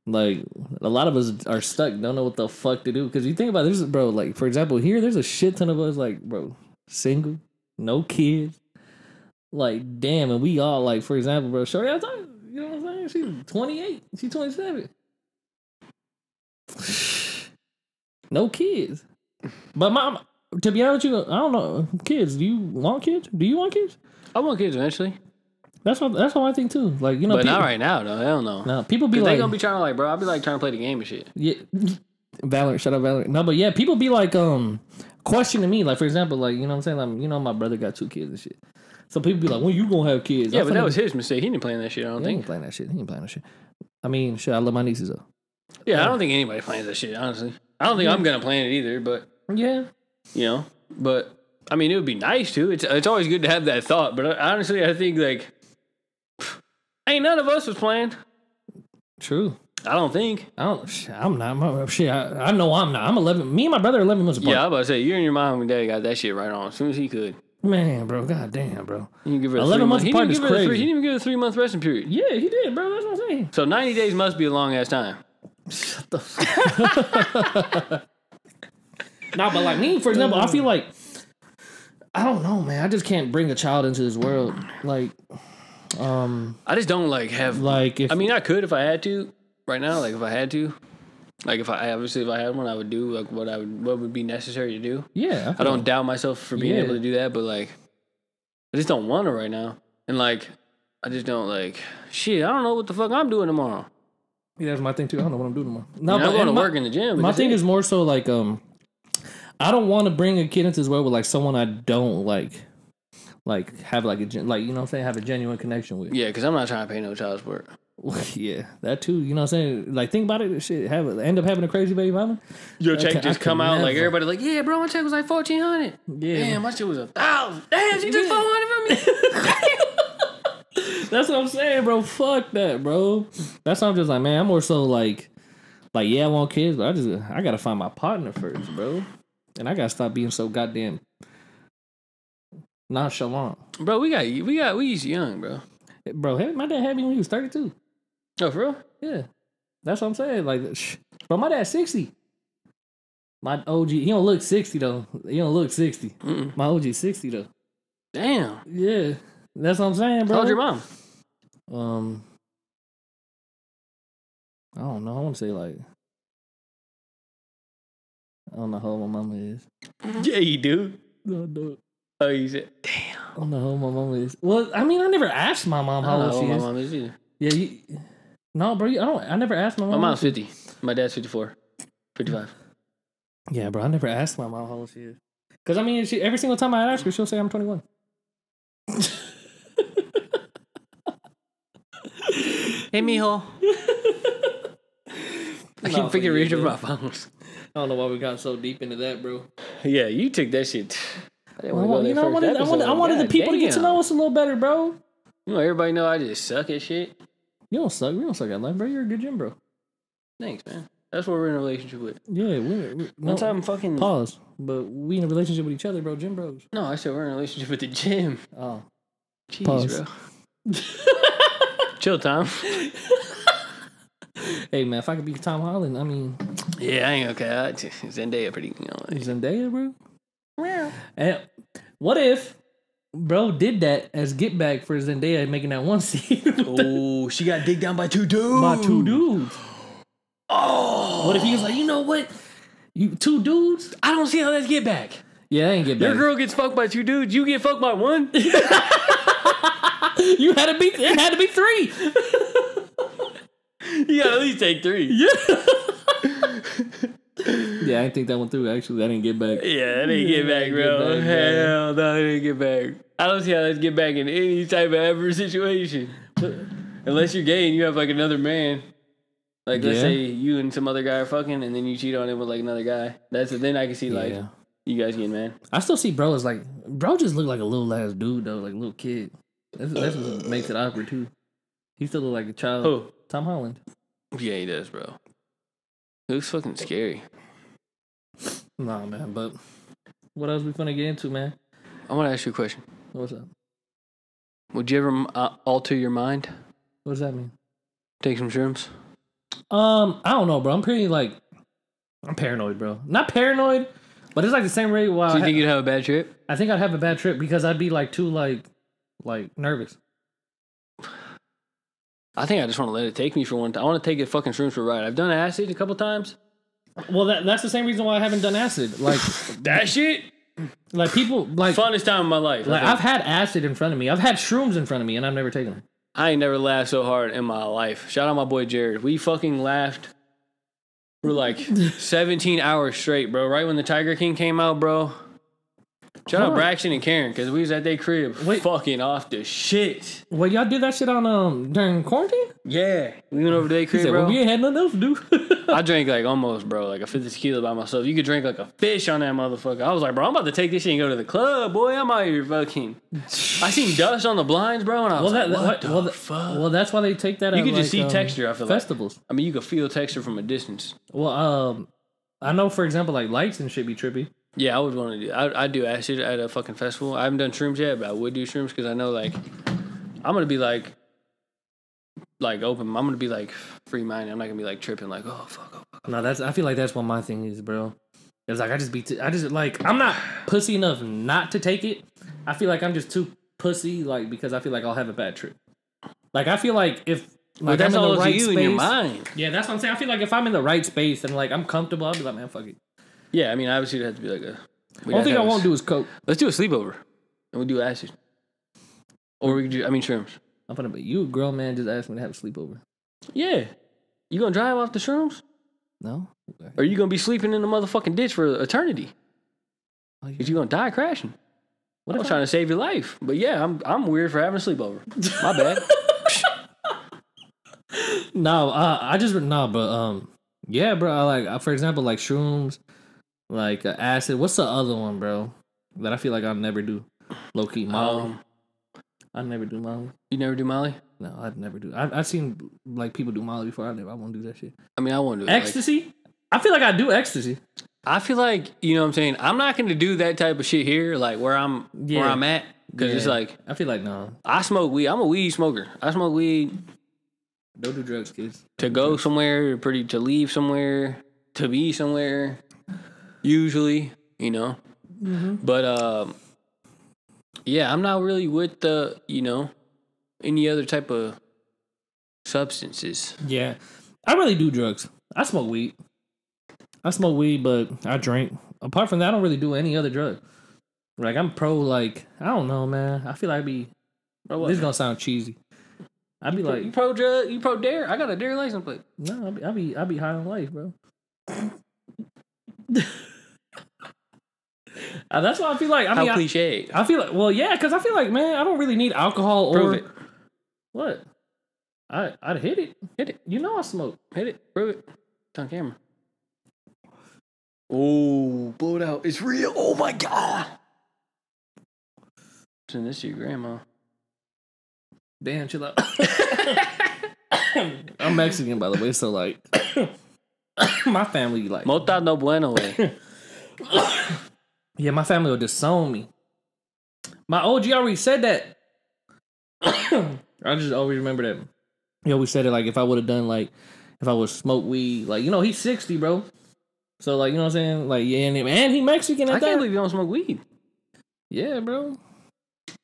S2: Like a lot of us are stuck, don't know what the fuck to do. Because you think about this, bro. Like for example, here there's a shit ton of us, like bro, single, no kids. Like damn, and we all like for example, bro. Shorty, I thought you know what I'm saying. She's 28, she's 27. No kids. But mom, to be honest with you, I don't know. Kids, do you want kids? Do you want kids?
S1: I want kids eventually,
S2: That's what that's what I think too. Like you know,
S1: but
S2: people,
S1: not right now though. I don't know.
S2: No, people be
S1: they
S2: like,
S1: gonna be trying to like, bro. I'll be like trying to play the game and shit.
S2: yeah, Valorant, shut up, Valorant. No, but yeah, people be like, um, questioning me. Like for example, like you know what I'm saying, like you know, my brother got two kids and shit. So people be like, when you gonna have kids?
S1: Yeah,
S2: I'm
S1: but that
S2: finna-
S1: was his mistake. He didn't plan that shit. I don't
S2: He
S1: think.
S2: ain't playing that shit. He ain't playing that shit. I mean, shit, I love my nieces though.
S1: Yeah, I don't think anybody plans that shit, honestly. I don't think I'm gonna plan it either, but
S2: Yeah,
S1: you know, but I mean, it would be nice to. It's it's always good to have that thought, but I- honestly, I think like ain't none of us was planned.
S2: true.
S1: I don't think.
S2: I don't. shit, I'm not. My, shit, I, I know I'm not. I'm 11. Me and my brother are 11 months apart.
S1: Yeah, I was about to say you and your mom and dad got that shit right on as soon as he could.
S2: Man, bro, goddamn, bro.
S1: You give her a
S2: 11
S1: three month-
S2: months
S1: he
S2: apart
S1: didn't
S2: is
S1: give her a three-
S2: crazy.
S1: He didn't even give her a three month resting period.
S2: Yeah, he did, bro. That's what I'm saying.
S1: So ninety days must be a long ass time.
S2: Nah, but like me, for example, I feel like I don't know, man. I just can't bring a child into this world. Like, um,
S1: I just don't like have.
S2: like if
S1: I mean, I could if I had to. Right now, like if I had to, like if I obviously if I had one, I would do like what I would what would be necessary to do.
S2: yeah,
S1: I don't doubt myself for being
S2: Yeah.
S1: able to do that, but like, I just don't want to right now. And like, I just don't like shit. I don't know what the fuck I'm doing tomorrow.
S2: Yeah, that's my thing too. I don't know what I'm doing tomorrow. No,
S1: I mean, I'm going to
S2: and my-
S1: work in the gym.
S2: My thing is more so like um, I don't want to bring a kid into this world with like someone I don't like, like have like a gen- like you know what I'm saying have a genuine connection with.
S1: yeah, because I'm not trying to pay no child support.
S2: yeah, that too. You know what I'm saying? Like think about it. Shit, have end up having a crazy baby mama.
S1: Your
S2: check
S1: check
S2: can- I
S1: just
S2: just
S1: come
S2: come can
S1: out
S2: out, like,
S1: like
S2: never.
S1: everybody like, yeah, bro, my check was like fourteen hundred.
S2: Yeah.
S1: Damn, my shit was a thousand. Damn, she took
S2: took
S1: four hundred from me.
S2: That's what I'm saying, bro. Fuck that, bro. That's why I'm just like, man, I'm more so like, like, yeah, I want kids, but I just, I gotta find my partner first, bro. And I gotta stop being so goddamn nonchalant,
S1: bro, we got we got we used to young, bro.
S2: bro. Hey, my dad had me when he was 32.
S1: Oh, for real?
S2: Yeah, that's what I'm saying. Like, shh. bro, my dad's 60. My OG, he don't look sixty though. He don't look 60 My OG sixty though.
S1: Damn.
S2: Yeah, that's what I'm saying, bro.
S1: Told your mom.
S2: Um, I don't know. I want to say like, I don't know how old my mama is.
S1: Yeah, you do.
S2: No, no.
S1: Oh, you said. Damn.
S2: I don't know how old my mama is. Well, I mean, I never asked my mom
S1: I
S2: how
S1: don't know
S2: old she
S1: what
S2: is.
S1: my mom is either.
S2: Yeah, you. No, bro. you- I don't. I never asked my
S1: My
S2: mom.
S1: mom's 50. My dad's 54. 55.
S2: Yeah, bro. I never asked my mom how old she is. Cause I mean, she every single time I ask her, she'll say I'm 21.
S1: Hey, mijo. I
S2: Nah,
S1: keep
S2: but yeah,
S1: figuring out
S2: dude.
S1: my phones.
S2: I don't know why we got so deep into that, bro.
S1: Yeah, you took that shit. I didn't wanna go
S2: Well,
S1: that
S2: you know, I
S1: first
S2: wanted, I wanted, I
S1: episode.
S2: wanted the
S1: God
S2: people to get to
S1: damn.
S2: know us a little better, bro.
S1: You know, everybody know I just suck at shit.
S2: You don't suck. We don't suck at life, bro. You're a good gym, bro.
S1: Thanks, man. That's what we're in a relationship with.
S2: Yeah, we're, we
S1: One time, fucking.
S2: pause. But we in a relationship with each other, bro. Gym bros.
S1: No, I said we're in a relationship with the gym.
S2: Oh,
S1: Jeez,
S2: Pause.
S1: bro. Chill, Tom.
S2: hey man, if I could be Tom Holland, I mean
S1: Yeah, I ain't okay. I just, Zendaya pretty. You know, like-
S2: Zendaya, bro. And what if bro did that as get back for Zendaya making that one scene?
S1: oh, she got digged down by two dudes.
S2: My two dudes.
S1: Oh,
S2: What if he was like, you know what? You two dudes?
S1: I don't see how that's get back.
S2: Yeah, I ain't get
S1: Your
S2: back.
S1: girl gets fucked by two dudes. You get fucked by one.
S2: you had to be. It had to be three.
S1: you gotta at least take three.
S2: Yeah. yeah, I think that one through. Actually, I didn't get back.
S1: Yeah, that didn't get back, bro.
S2: back, bro.
S1: Hell no, they didn't get back. I don't see how that's get back in any type of ever situation. Unless you're gay and you have like another man. Like let's
S2: Yeah.
S1: say you and some other guy are fucking and then you cheat on him with like another guy. That's then I can see like
S2: Yeah.
S1: you guys getting mad.
S2: I still see bro as like bro just look like a little ass dude though, like a little kid. That's, that's what makes it awkward too. He still look like a child.
S1: Oh.
S2: Tom Holland.
S1: Yeah, he does, bro. It looks fucking scary.
S2: Nah, man. But what else we finna get into, man?
S1: I wanna ask you a question.
S2: What's up?
S1: Would you ever uh, alter your mind?
S2: What does that mean?
S1: Take some shrooms?
S2: Um, I don't know, bro. I'm pretty like I'm paranoid, bro. Not paranoid, but it's like the same rate. Why
S1: Do
S2: I,
S1: you think you'd have a bad trip?
S2: I think I'd have a bad trip because I'd be like too like like nervous.
S1: I think I just want to let it take me for one time. I want to take a fucking shrooms for a ride. I've done acid a couple times.
S2: Well, that that's the same reason why I haven't done acid. Like
S1: That shit,
S2: like people like.
S1: funnest time of my life.
S2: Like
S1: I, think.
S2: I've had acid in front of me. I've had shrooms in front of me, and I've never taken them.
S1: I ain't never laughed so hard in my life. Shout out my boy Jared. We fucking laughed for like 17 hours straight, bro. Right when the Tiger King came out, bro. Shout out
S2: Hold on.
S1: Braxton and Karen because we was at their crib,
S2: Wait.
S1: fucking off the shit.
S2: Well, y'all did that shit on um during quarantine.
S1: Yeah, we went over to their
S2: He
S1: crib,
S2: said,
S1: bro.
S2: "Well, we ain't had nothing else to do."
S1: I drank like almost, bro, like a fifth of tequila by myself. You could drink like a fish on that motherfucker. I was like, bro, I'm about to take this shit and go to the club, boy. I'm out here fucking. I seen dust on the blinds, bro, and I was
S2: well, that,
S1: like, what
S2: that-
S1: the
S2: well, that-
S1: fuck?
S2: well, that's why they take that.
S1: you
S2: at,
S1: could just
S2: like,
S1: see
S2: um,
S1: texture. I feel like.
S2: festivals.
S1: I mean, you could feel texture from a distance.
S2: Well, um, I know for example, like lights and shit be trippy.
S1: Yeah, I would want to do. I I do acid at a fucking festival. I haven't done shrooms yet, but I would do shrooms because I know like I'm gonna be like like open. I'm gonna be like free minded. I'm not gonna be like tripping like oh fuck. Oh, fuck.
S2: No, that's I feel like that's what my thing is, bro. It's like I just be t- I just like I'm not pussy enough not to take it. I feel like I'm just too pussy like because I feel like I'll have a bad trip. Like I feel like if
S1: But
S2: like
S1: that's
S2: I'm in
S1: all
S2: the
S1: up to
S2: right
S1: you
S2: space,
S1: in your mind.
S2: Yeah, that's what I'm saying. I feel like if I'm in the right space and like I'm comfortable, I'll be like, man, fuck it.
S1: Yeah, I mean, obviously it would have to be like a. we'd
S2: Only
S1: have to
S2: thing I
S1: have a-
S2: won't do is coke.
S1: Let's do a sleepover, and we do acid, or we could do. I mean shrooms.
S2: I'm gonna be you, a grown man, just asked me to have a sleepover.
S1: Yeah, you gonna drive off the shrooms,
S2: No,
S1: or you gonna be sleeping in the motherfucking ditch for eternity?
S2: Oh, yeah.
S1: Cause you gonna die crashing.
S2: what
S1: I
S2: if
S1: was trying to save your life, but yeah, I'm I'm weird for having a sleepover. My bad.
S2: No, uh, I just no, but um, yeah, bro. I like uh, for example, like shrooms, like uh, acid. What's the other one, bro? That I feel like I'll never do. Low key, Molly.
S1: Um,
S2: I never do Molly.
S1: you never do Molly?
S2: No, I'd never do. I've, I've seen like people do Molly before. I never. I won't do that shit.
S1: I mean, I won't do it. Like,
S2: Ecstasy. I feel like I do ecstasy.
S1: I feel like you know what I'm saying. I'm not gonna do that type of shit here, like where I'm where
S2: Yeah.
S1: I'm at, because it's
S2: Yeah.
S1: like
S2: I feel like no.
S1: I smoke weed. I'm a weed smoker. I smoke weed
S2: Don't do drugs, kids.
S1: to go somewhere, pretty to leave somewhere, to be somewhere. usually, you know. But um, yeah, I'm not really with the you know any other type of substances.
S2: Yeah. I really do drugs. I smoke weed. I smoke weed, but I drink. Apart from that, I don't really do any other drug. Like I'm pro like I don't know, man. I feel like I'd be
S1: Bro,
S2: this is gonna sound cheesy. I'd be like
S1: you pro drug? You pro dare? I got a dare license plate.
S2: no, I'd be I'd be, I'd be high on life, bro. Uh, that's why I feel like I
S1: How
S2: mean I,
S1: cliche.
S2: I feel like well yeah, because I feel like man, I don't really need alcohol or
S1: Prove it.
S2: what. I I'd hit it, hit it. You know I smoke.
S1: Hit it. Prove it. It's on camera. Oh, blow it out. It's real. Oh my god. Send this to your grandma.
S2: Damn, chill out. I'm Mexican, by the way, so like my family, like
S1: Mota no bueno. eh?
S2: yeah, my family will disown me. My OG already said that. I just always remember that. He always said it like if I would have done like if I would smoke weed, like you know he's sixty, bro. So like you know what I'm saying, like yeah, and, and he Mexican
S1: I
S2: at that.
S1: can't believe you don't smoke weed.
S2: yeah, bro.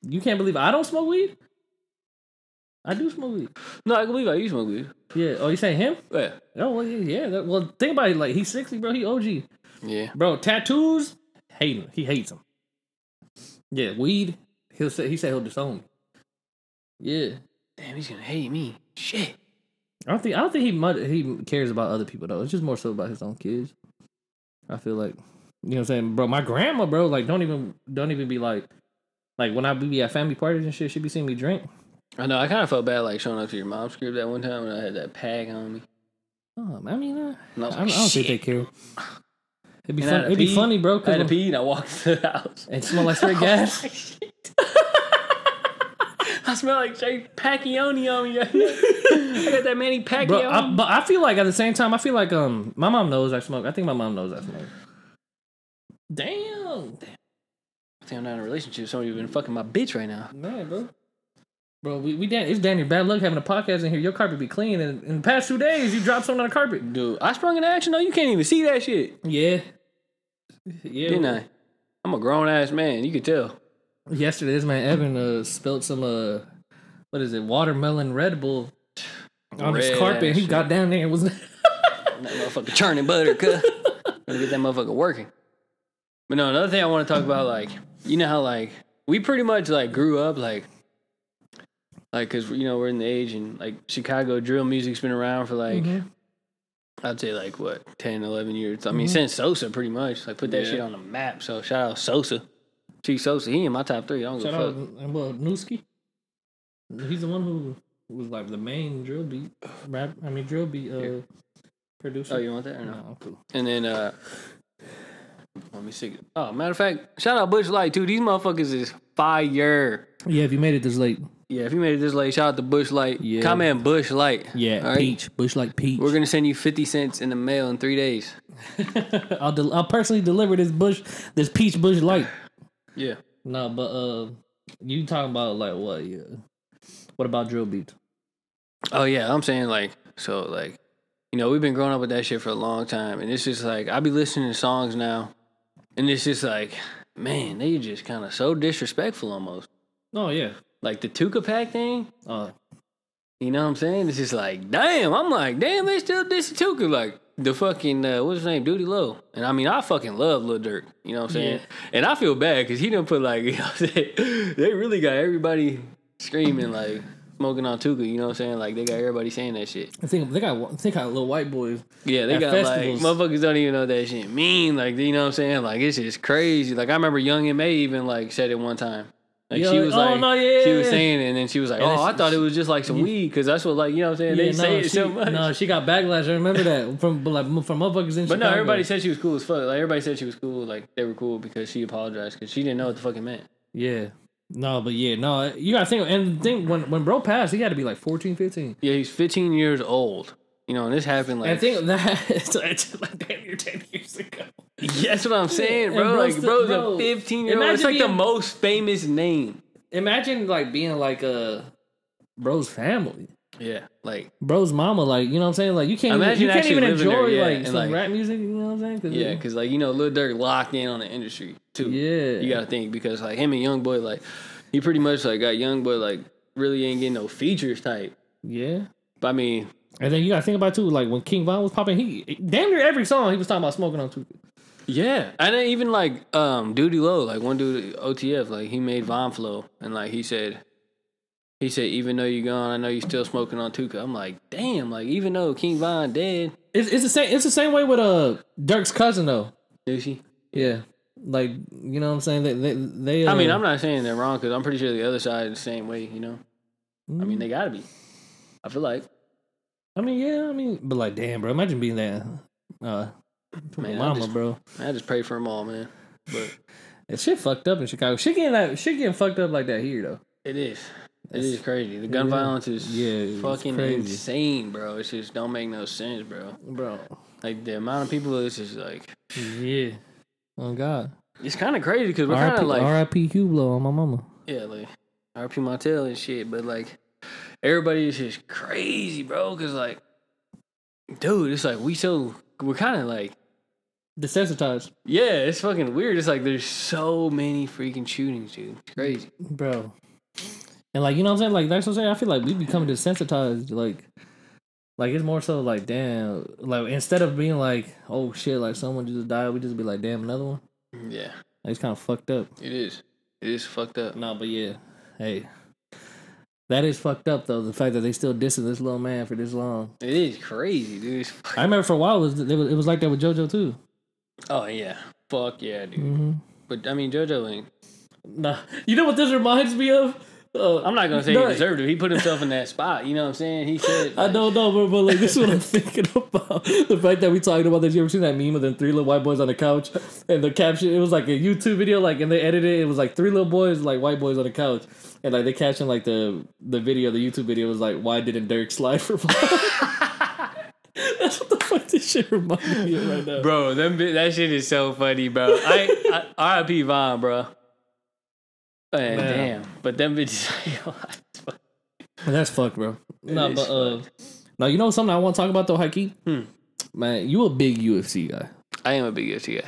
S2: You can't believe I don't smoke weed. I do smoke weed.
S1: No, I can believe I used to smoke weed.
S2: Yeah. Oh, you saying him?
S1: Yeah.
S2: Oh well, yeah, yeah. That, well, think about it. Like he's sixty, bro. He OG,
S1: Yeah.
S2: bro. Tattoos, hate him. He hates him. Yeah, weed. He'll say he said he'll disown me. Yeah,
S1: Damn, he's gonna hate me. Shit.
S2: I don't think I don't think he much, he cares about other people though. It's just more so about his own kids. I feel like you know what I'm saying, bro. My grandma, bro, like don't even don't even be like like when I be at family parties and shit, she be seeing me drink.
S1: I know. I kind of felt bad like showing up to your mom's crib that one time and I had that pack on me.
S2: Um, I mean, uh,
S1: And I
S2: I,
S1: was
S2: don't- I
S1: like,
S2: don't think they
S1: shit.
S2: care. It'd be
S1: And I
S2: fun.
S1: had to
S2: It'd be
S1: pee.
S2: funny, bro.
S1: I had to
S2: Cause
S1: pee and I walked to the house.
S2: it smell like straight gas.
S1: I smell like straight Pacquiao on me. I got that Manny Pacquiao.
S2: Bro, I, but I feel like at the same time, I feel like um, my mom knows I smoke. I think my mom knows I smoke. Damn,
S1: think I'm not in a relationship. Somebody's been fucking my bitch right now.
S2: man, bro, bro, we we damn, it's damn near bad luck having a podcast in here. Your carpet be clean, and in the past two days, you dropped something on the carpet.
S1: Dude, I sprung into action though. You can't even see that shit.
S2: Yeah, yeah.
S1: Didn't I? I'm a grown ass man. You could tell.
S2: Yesterday, this man Evan uh, spilled some uh, what is it, watermelon Red Bull on
S1: Red
S2: his carpet. He
S1: shit.
S2: got down there and was.
S1: That motherfucker churning butter, cuz. Gotta get that motherfucker working. But no, another thing I want to talk about, like, you know how, like, we pretty much, like, grew up, like, like, cause, you know, we're in the age and, like, Chicago drill music's been around for, like,
S2: Mm-hmm. Mhm.
S1: I'd say, like, what, 10, 11 years. I mean, since Sosa, pretty much. Like, put that
S2: Mm-hmm. Yeah.
S1: shit on the map. So, shout out Sosa. Chief Sosa, he in my top three. I don't give
S2: Shout
S1: a
S2: out,
S1: fuck.
S2: and well, Newski. He's the one who was like the main drill beat rap. I mean, drill beat uh, producer.
S1: Oh, you want that or no?
S2: No, I'm cool.
S1: And then uh let me see. Oh, matter of fact, shout out Bush Light too. These motherfuckers is fire.
S2: Yeah, if you made it this late,
S1: Yeah, if you made it this late, shout out to Bush Light.
S2: Yeah.
S1: Comment Bush Light.
S2: yeah,
S1: All right?
S2: peach, bush like peach.
S1: We're gonna send you fifty cents in the mail in three days.
S2: I'll del- I'll personally deliver this bush, this peach bush light.
S1: Yeah.
S2: No, but uh, you talking about like what? Yeah, what about drill beats?
S1: Oh yeah, I'm saying like so like you know, we've been growing up with that shit for a long time and it's just like I be listening to songs now and it's just like, man, they just kinda so disrespectful almost.
S2: Oh yeah,
S1: Like the Tuka Pack thing,
S2: uh,
S1: You know what I'm saying? It's just like, damn. I'm like, damn, they still diss Tuka. Like the fucking uh, what's his name, Duty Low. And I mean, I fucking love Lil Durk. You know what I'm saying? And I feel bad because he done put like, you know, what I'm saying? they really got everybody screaming like smoking on Tuka. You know what I'm saying? Like they got everybody saying that shit.
S2: I think they got they got little white boys.
S1: Yeah, they
S2: At
S1: got
S2: festivals.
S1: like motherfuckers don't even know what that shit mean. Like you know what I'm saying? Like it's just crazy. Like I remember Young and May even like said it one time. Like
S2: Yo,
S1: she was
S2: oh,
S1: like,
S2: no, yeah,
S1: she was
S2: yeah.
S1: saying, it, and then she was like,
S2: And
S1: "Oh, I
S2: it's-
S1: thought it was just like some weed 'cause weed," because that's what like you know what I'm saying. they
S2: Yeah,
S1: say
S2: no,
S1: it
S2: she,
S1: so much.
S2: no, she got backlash. I remember that from like from motherfuckers in
S1: But
S2: Chicago.
S1: no, everybody said she was cool as fuck. Like everybody said she was cool. Like they were cool because she apologized because she didn't know what the fuck it meant.
S2: Yeah. No, but yeah, no, you gotta think. And think when when bro passed, he had to be like 14, 15.
S1: Yeah, he's 15 years old. You know, and this happened
S2: And
S1: like
S2: think of that it's like, it's like damn near ten years ago.
S1: Yeah, that's what I'm saying,
S2: And
S1: bro.
S2: bro's
S1: Like bro's
S2: still- bro,
S1: a 15 year old.
S2: imagine
S1: It's like the
S2: being-
S1: most famous name.
S2: Imagine like being like a bro's family.
S1: Yeah, like
S2: bro's mama, like you know what I'm saying? Like you can't even-
S1: Imagine
S2: you can't
S1: actually
S2: even
S1: living
S2: enjoy
S1: there, yeah,
S2: like
S1: and,
S2: some
S1: like-
S2: rap music, you know what I'm saying? Cause
S1: yeah,
S2: it-
S1: because like you know, Lil Durk locked in on the industry too.
S2: Yeah.
S1: you got to think because like him and Young Boy, like he pretty much like got Young Boy like really ain't getting no features type.
S2: yeah.
S1: But I mean,
S2: And then you gotta think about too, like when King Von was popping, he damn near every song he was talking about smoking on two.
S1: yeah, and then even like um Duty Low, like one dude OTF, like he made Von Flow, and like he said. He said, even though you're gone, I know you're still smoking on Tuka. I'm like, damn, like even though King Von dead,
S2: It's, it's the same. It's the same way with uh Dirk's cousin though.
S1: Nushi.
S2: Yeah, like you know what I'm saying. They they, they uh,
S1: I mean, I'm not saying they're wrong because I'm pretty sure the other side is the same way, you know? I mean, they gotta be. I feel like,
S2: I mean, yeah, I mean, but like, damn, bro, imagine being that uh
S1: Man, I
S2: mama,
S1: just-
S2: bro.
S1: I just pray for them all, man. But
S2: That shit fucked up in Chicago. Shit getting that shit getting fucked up like that here though.
S1: it is. It
S2: That's-
S1: is crazy. The gun
S2: yeah.
S1: violence is
S2: Yeah, it's
S1: fucking
S2: crazy.
S1: insane, bro. It just don't make no sense, bro.
S2: bro.
S1: Like, the amount of people is just like,
S2: Yeah. Oh God.
S1: it's kind of crazy because we're kind
S2: R.I.P.
S1: of like,
S2: R.I.P. Hublot on my mama.
S1: yeah, like RP Montel and shit, but like, everybody is just crazy, bro. Because, like, dude, it's like, we so, we're kind of like,
S2: Desensitized,
S1: Yeah, it's fucking weird. It's like there's so many freaking shootings, dude. It's crazy.
S2: bro. And like you know what I'm saying. Like that's what I'm saying. I feel like we become desensitized. Like, like it's more so like damn. Like instead of being like oh shit, like someone just died, we just be like damn another one.
S1: Yeah,
S2: Like, it's kind of fucked up.
S1: it is. It is fucked up.
S2: No, but yeah, hey, that is fucked up though. The fact that they still dissing this little man for this long.
S1: It is crazy, dude. It's fuck-
S2: I remember for a while it was it was, it was like that with JoJo too.
S1: oh yeah, fuck yeah, dude.
S2: Mm-hmm.
S1: But I mean, JoJo ain't.
S2: Nah, you know what this reminds me of? Uh,
S1: I'm not gonna say
S2: No.
S1: he deserved it. He put himself in that spot. You know what I'm saying? He said.
S2: I
S1: like,
S2: don't know, bro, but like this is what I'm thinking about. The fact that we talked about this. You ever seen that meme of them three little white boys on the couch? And the caption, it was like a YouTube video, like and they edited it, it was like three little boys, like white boys on the couch. And like they captioned like the the video, the YouTube video was like, Why didn't Dirk slide for That's what the fuck this shit reminds me of right now.
S1: Bro, them, bi- that shit is so funny, bro. I, I R.I.P. Vaughn, bro. And
S2: Man.
S1: damn, but them bitches.
S2: That's fucked, bro. No,
S1: is
S2: but uh now you know something I want to talk about though, Hikey? Man, you a big UFC guy.
S1: I am a big UFC guy.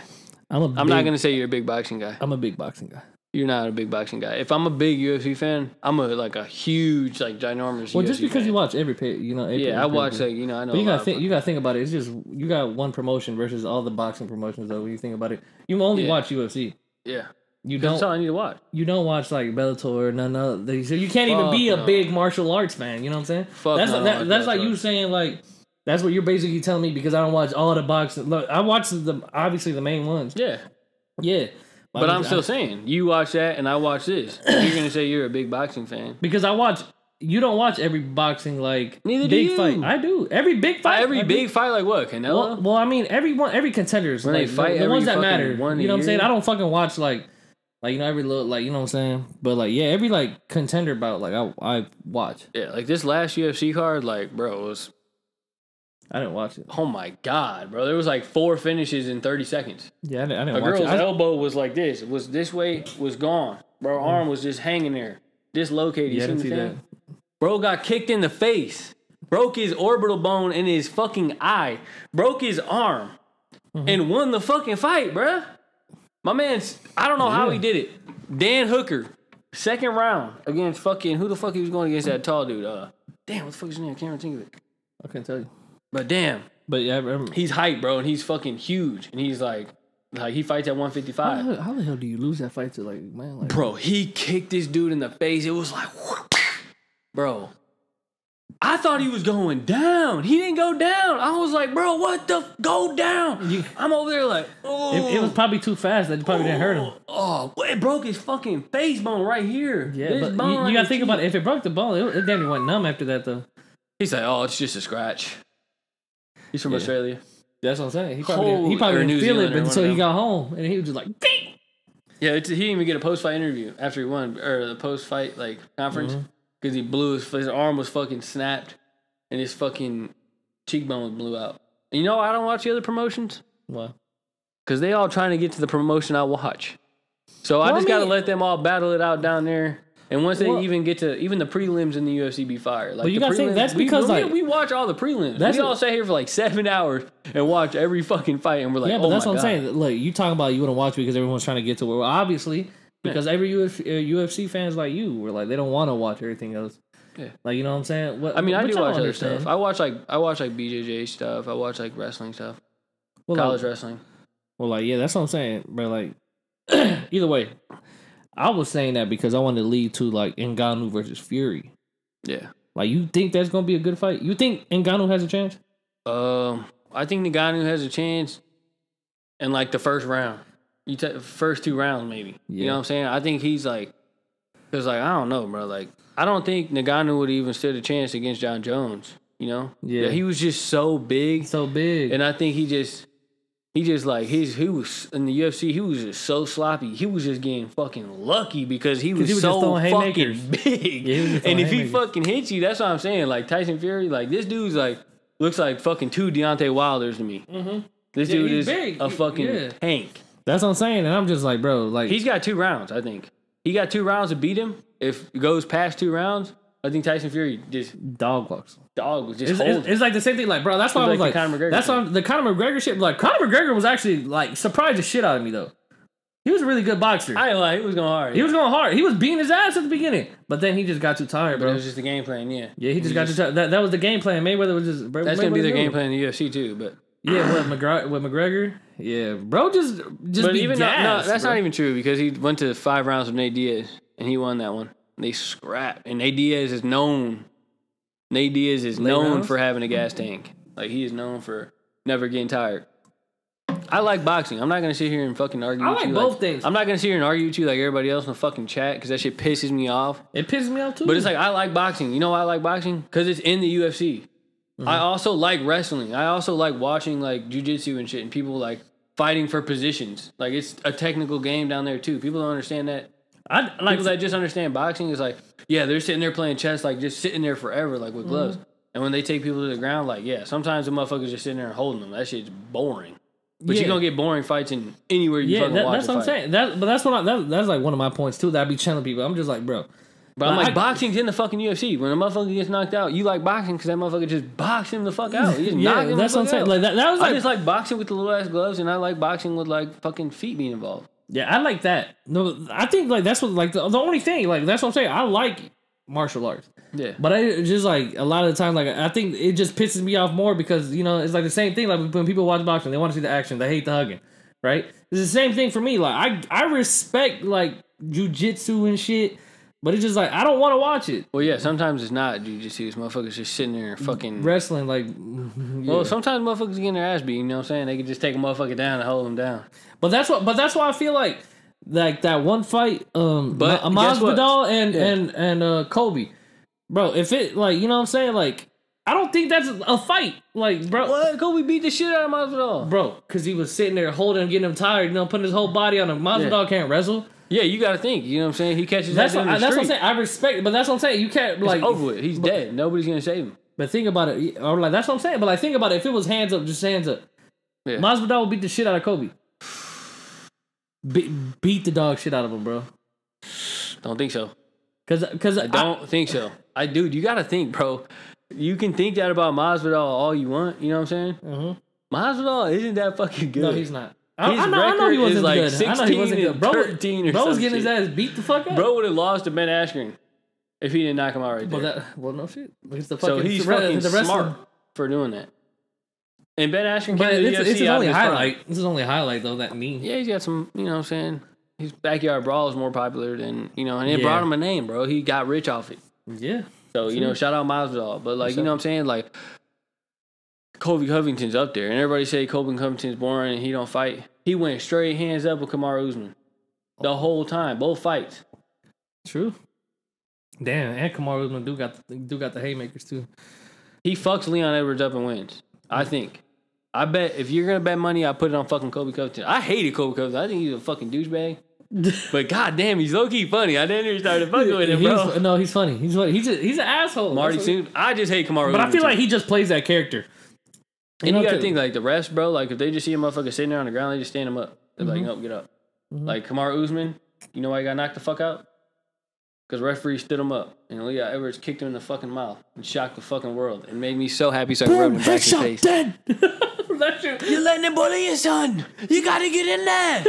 S2: I'm a
S1: I'm not gonna say you're a big boxing guy.
S2: I'm a big boxing guy.
S1: You're not a big boxing guy. If I'm a big UFC fan, I'm a like a huge like ginormous.
S2: Well,
S1: UFC
S2: just because
S1: fan.
S2: you watch every page, you know. Every
S1: yeah, I
S2: every
S1: watch
S2: page.
S1: like you know I know.
S2: But you
S1: a
S2: gotta
S1: lot
S2: think.
S1: of-
S2: You gotta think about it. It's just you got one promotion versus all the boxing promotions. Though, when you think about it, you only
S1: Yeah.
S2: watch UFC.
S1: yeah,
S2: You
S1: that's all
S2: don't.
S1: I need to watch.
S2: You don't watch like Bellator. None of the- so you can't even
S1: Fuck
S2: be a
S1: no.
S2: big martial arts fan. You know what I'm saying?
S1: Fuck
S2: that's
S1: no, I don't
S2: that,
S1: watch
S2: that's like
S1: martial
S2: you
S1: arts.
S2: saying like that's what you're basically telling me because I don't watch all the boxing. Look, I watch the obviously the main ones.
S1: Yeah,
S2: Yeah,
S1: but I'm still saying you watch that and I watch this. you're gonna say you're a big boxing fan.
S2: because I watch. You don't watch every boxing like
S1: Neither do
S2: big
S1: you.
S2: fight. I do every big fight.
S1: Every
S2: I do.
S1: big fight like what Canelo?
S2: Well, well, I mean, everyone, every contender's
S1: Oh, When they
S2: like,
S1: fight
S2: the, the ones
S1: every
S2: that
S1: fucking
S2: matter.
S1: one a
S2: you know what I'm saying?
S1: year?
S2: I don't fucking watch like, like you know every little like you know what I'm saying. But like yeah, every like contender bout like I I watch.
S1: yeah, like this last UFC card, like bro, it was
S2: I didn't watch it.
S1: oh my god, bro. There was like four finishes in 30 seconds.
S2: Yeah, I didn't, I didn't
S1: A
S2: watch
S1: girl's
S2: it. I,
S1: elbow was like this, was this way, was gone.
S2: Mm.
S1: Bro, arm was just hanging there, dislocated. You
S2: yeah, I
S1: seen
S2: didn't
S1: the
S2: see
S1: thing?
S2: that.
S1: Bro got kicked in the face, broke his orbital bone in his fucking eye, broke his arm, and won the fucking fight, bruh. My man's, I don't know how he
S2: Yeah.
S1: did it. Dan Hooker, second round against fucking, who the fuck he was going against that tall dude? Uh, damn, what the fuck is his name? I can't think of it.
S2: I couldn't tell you.
S1: But damn,
S2: But yeah, I remember.
S1: he's hype, bro, and he's fucking huge. And he's like, like he fights at
S2: How the,
S1: 155.
S2: hell, how the hell do you lose that fight to like man? Like
S1: Bro, he kicked this dude in the face. It was like, bro. I thought he was going down. He didn't go down. I was like, bro, what the f- go down?
S2: You-
S1: I'm over there like, oh,
S2: it, it was probably too fast. That probably didn't hurt him.
S1: Oh, oh, it broke his fucking face bone right here.
S2: Yeah,
S1: This
S2: but
S1: bone
S2: you,
S1: right
S2: you gotta
S1: here.
S2: think about it. If it broke the bone, it, it damn near went numb after that though.
S1: He's like, oh, it's just a scratch. He's from Australia.
S2: That's what I'm saying. He probably didn't, he
S1: Holy- or
S2: probably
S1: New
S2: didn't feel
S1: Zealand
S2: it
S1: or one
S2: until
S1: of
S2: he
S1: them.
S2: got home, and he was just like, "Ding!"
S1: Yeah, it's, he didn't even get a post fight interview after he won or the post fight like conference
S2: Mm-hmm.
S1: because he blew his his arm was fucking snapped and his fucking cheekbone blew out. And you know why I don't watch the other promotions
S2: Wow.
S1: because they all trying to get to the promotion I watch. So I
S2: Well, I
S1: just gotta
S2: mean-
S1: let them all battle it out down there. And once they
S2: Well-
S1: even get to even the prelims in the UFC be fired. Like
S2: But you
S1: the
S2: gotta think
S1: prelims-
S2: that's
S1: we-
S2: because,
S1: we,
S2: like-
S1: we watch all the prelims.
S2: That's
S1: we all
S2: what-
S1: sit here for like seven hours and watch every fucking fight, and we're like,
S2: yeah, but
S1: oh
S2: that's
S1: my
S2: what I'm
S1: God.
S2: saying. Look, you talking about you wouldn't watch because everyone's trying to get to where well, obviously because every UFC, uh, UFC fans like you were like they don't want to watch everything else.
S1: Yeah.
S2: Like you know what I'm saying? What,
S1: I mean, I
S2: which
S1: do watch
S2: don't
S1: other
S2: understand.
S1: stuff. I watch like I watch like BJJ stuff. I watch like wrestling stuff,
S2: Well, like-
S1: college wrestling.
S2: Well, like, yeah, that's what I'm saying, bro. Like, either way, I was saying that because I wanted to lead to like Ngannou versus Fury.
S1: Yeah.
S2: Like, you think that's gonna be a good fight? You think Ngannou has a chance?
S1: Um, I think the guy who has a chance in like the first round, you t- first two rounds maybe. You
S2: Yeah.
S1: know what I'm saying? I think he's like, cause like I don't know, bro. Like I don't think Nagano would even stood a chance against John Jones. You know?
S2: Yeah.
S1: He was just so big,
S2: He's so big.
S1: and I think he just. He just like his he was in the UFC. He was just so sloppy. He was just getting fucking lucky because he was,
S2: he was just
S1: so
S2: throwing
S1: fucking
S2: haymakers.
S1: big.
S2: Yeah, he was just throwing
S1: and if he
S2: haymakers.
S1: fucking hits you, that's what I'm saying. Like Tyson Fury, like this dude's like looks like fucking two Deontay Wilders to me. Mm-hmm. This
S2: Yeah,
S1: dude
S2: he's
S1: is
S2: big.
S1: a
S2: He-
S1: fucking
S2: yeah.
S1: tank.
S2: that's what I'm saying, and I'm just like, bro, like,
S1: He's got two rounds, I think. He got two rounds to beat him. If it goes past two rounds, I think Tyson Fury just
S2: dog walks.
S1: dog was just
S2: It's,
S1: holding.
S2: it's, it's like the same thing, like, bro. That's why I was
S1: It's like
S2: like,
S1: the Conor McGregor
S2: that's why I'm- the Conor McGregor shit. Like, Conor McGregor was actually like surprised the shit out of me though. He was a really good boxer.
S1: I ain't lie, he was going hard.
S2: he was going hard. He was beating his ass at the beginning, but then he just got too tired,
S1: but
S2: bro.
S1: it was just the game plan, yeah.
S2: yeah, he just got too tired. That, that was the game plan. Mayweather was just. Bro,
S1: That's gonna be
S2: Mayweather
S1: their
S2: knew.
S1: game plan in the UFC too, but
S2: Yeah, with McGregor, with McGregor, yeah, bro, just just
S1: But
S2: be
S1: even though-
S2: gassed,
S1: no, that's
S2: bro.
S1: not even true because he went to five rounds with Nate Diaz and he won that one. They scrapped, and Nate Diaz is known. Nate Diaz is known
S2: rounds?
S1: for having a gas tank. Like he is known for never getting tired. I like boxing. I'm not gonna sit here and fucking argue.
S2: I
S1: with
S2: like
S1: you,
S2: both things.
S1: I'm not gonna sit here and argue with you like everybody else in the fucking chat because that shit pisses me off.
S2: It pisses me off too.
S1: But it's like I like boxing. You know why I like boxing? Because it's in the UFC.
S2: Mm-hmm.
S1: I also like wrestling. I also like watching like jujitsu and shit and people like fighting for positions. Like it's a technical game down there too. People don't understand that.
S2: I like
S1: People that just understand boxing is like, yeah, they're sitting there playing chess, like just sitting there forever, like with gloves.
S2: Mm-hmm.
S1: And when they take people to the ground, like yeah, sometimes the motherfuckers just sitting there and holding them. That shit's boring. But
S2: Yeah.
S1: you're gonna get boring fights in anywhere you
S2: yeah,
S1: fucking
S2: that,
S1: watch.
S2: that's
S1: a
S2: what I'm
S1: fight.
S2: saying. That but that's what I, that, that's like one of my points too. That I be telling people. I'm just like, bro,
S1: But I'm
S2: Like,
S1: like,
S2: I-
S1: boxing's in the fucking UFC. When a motherfucker gets knocked out, you like boxing because that motherfucker just boxed him the fuck out. He just
S2: yeah,
S1: knocked him
S2: that's
S1: the
S2: what I'm
S1: fuck
S2: saying.
S1: out.
S2: Like that, that was like,
S1: I just like boxing with the little ass gloves, and I like boxing with like fucking feet being involved.
S2: yeah, I like that. No, I think like that's what like the, the only thing like that's what I'm saying. I like martial arts,
S1: Yeah,
S2: but I it's just like a lot of the time like I think it just pisses me off more because you know it's like the same thing like when people watch boxing they want to see the action they hate the hugging, right? It's the same thing for me. Like I I respect like jujitsu and shit, but it's just like I don't want to watch it.
S1: well, yeah. Sometimes it's not jujitsu. It's motherfuckers just sitting there and fucking.
S2: wrestling like
S1: Well,
S2: yeah.
S1: sometimes motherfuckers getting their ass beat. You know what I'm saying? They could just take a motherfucker down and hold them down.
S2: but that's what but that's why i feel like like that one fight um
S1: But
S2: Ma-
S1: guess what?
S2: Masvidal and
S1: Yeah.
S2: and and uh kobe bro if it like you know what i'm saying like i don't think that's a fight like bro
S1: What? Kobe beat the shit out of Masvidal.
S2: Bro, because he was sitting there holding him, getting him tired, you know, putting his whole body on him. Masvidal can't wrestle.
S1: Yeah, you got to think. You know what I'm saying? He catches
S2: That's
S1: that
S2: what,
S1: dude in
S2: I,
S1: the
S2: that's what I'm
S1: street.
S2: saying. I respect, but that's what I'm saying. You can't like
S1: Over with. He's dead. Nobody's gonna save him.
S2: But think about it. Or like that's what I'm saying. But like think about it. If it was hands up, just hands up.
S1: Yeah.
S2: Masvidal would beat the shit out of Kobe. Be- beat the dog shit out of him, bro.
S1: Don't think so.
S2: Cause, cause I
S1: Don't think so. I dude, you gotta think, bro. You can think that about Masvidal all you want. You know what I'm saying? Masvidal isn't that fucking good.
S2: Mm-hmm. no, he's not. I,
S1: His
S2: I, know, I know he
S1: record
S2: wasn't
S1: is, like,
S2: good. I know he
S1: 16
S2: wasn't good.
S1: and
S2: Bro,
S1: 13 or
S2: bro was
S1: some
S2: getting
S1: shit.
S2: his ass beat the fuck up.
S1: bro would have lost to Ben Askren if he didn't knock him out right
S2: Well,
S1: there.
S2: that, well, no shit. It's the
S1: so
S2: fucking,
S1: he's
S2: the re-
S1: fucking
S2: the rest
S1: smart
S2: Of,
S1: for doing that. And Ben Askren came
S2: but
S1: to the
S2: it's,
S1: UFC
S2: it's his
S1: out of
S2: only
S1: his prime.
S2: highlight. This is only highlight though. That knee.
S1: Yeah, he's got some. You know what I'm saying? His backyard brawl is more popular than you know, and it
S2: Yeah.
S1: brought him a name, bro. He got rich off it.
S2: Yeah.
S1: So you know, shout out Masvidal, but like you know what I'm saying, like Kobe Covington's up there, and everybody say Kobe Covington's boring and he don't fight. He went straight hands up with Kamaru Usman
S2: Oh.
S1: the whole time, both fights.
S2: True. Damn, and Kamaru Usman do got the, do got the haymakers too.
S1: He fucks Leon Edwards up and wins. I
S2: Mm.
S1: think. I bet if you're gonna bet money, I put it on fucking Kobe Covington. I hated Kobe Covington. I think he's a fucking douchebag. but goddamn, he's low key funny. I didn't even started fucking with him,
S2: He's-
S1: bro.
S2: no, he's funny. He's funny. He's a, he's an asshole.
S1: Marty
S2: That's what-
S1: Suit. I just hate Kamaru.
S2: But I
S1: Usman,
S2: feel
S1: too.
S2: like he just plays that character.
S1: And
S2: know,
S1: you gotta
S2: to-
S1: think like the refs, bro. Like if they just see a motherfucker sitting there on the ground, they just stand him Mm-hmm. up. They're like, nope, get up. Like Kamar Usman, you know why he got knocked the fuck out? Because referee stood him up, and Leon Edwards kicked him in the fucking mouth and shocked the fucking world. It made me so happy, so I rubbed him back in the face.
S2: dead.
S1: You're letting him bully your son. You gotta get in there.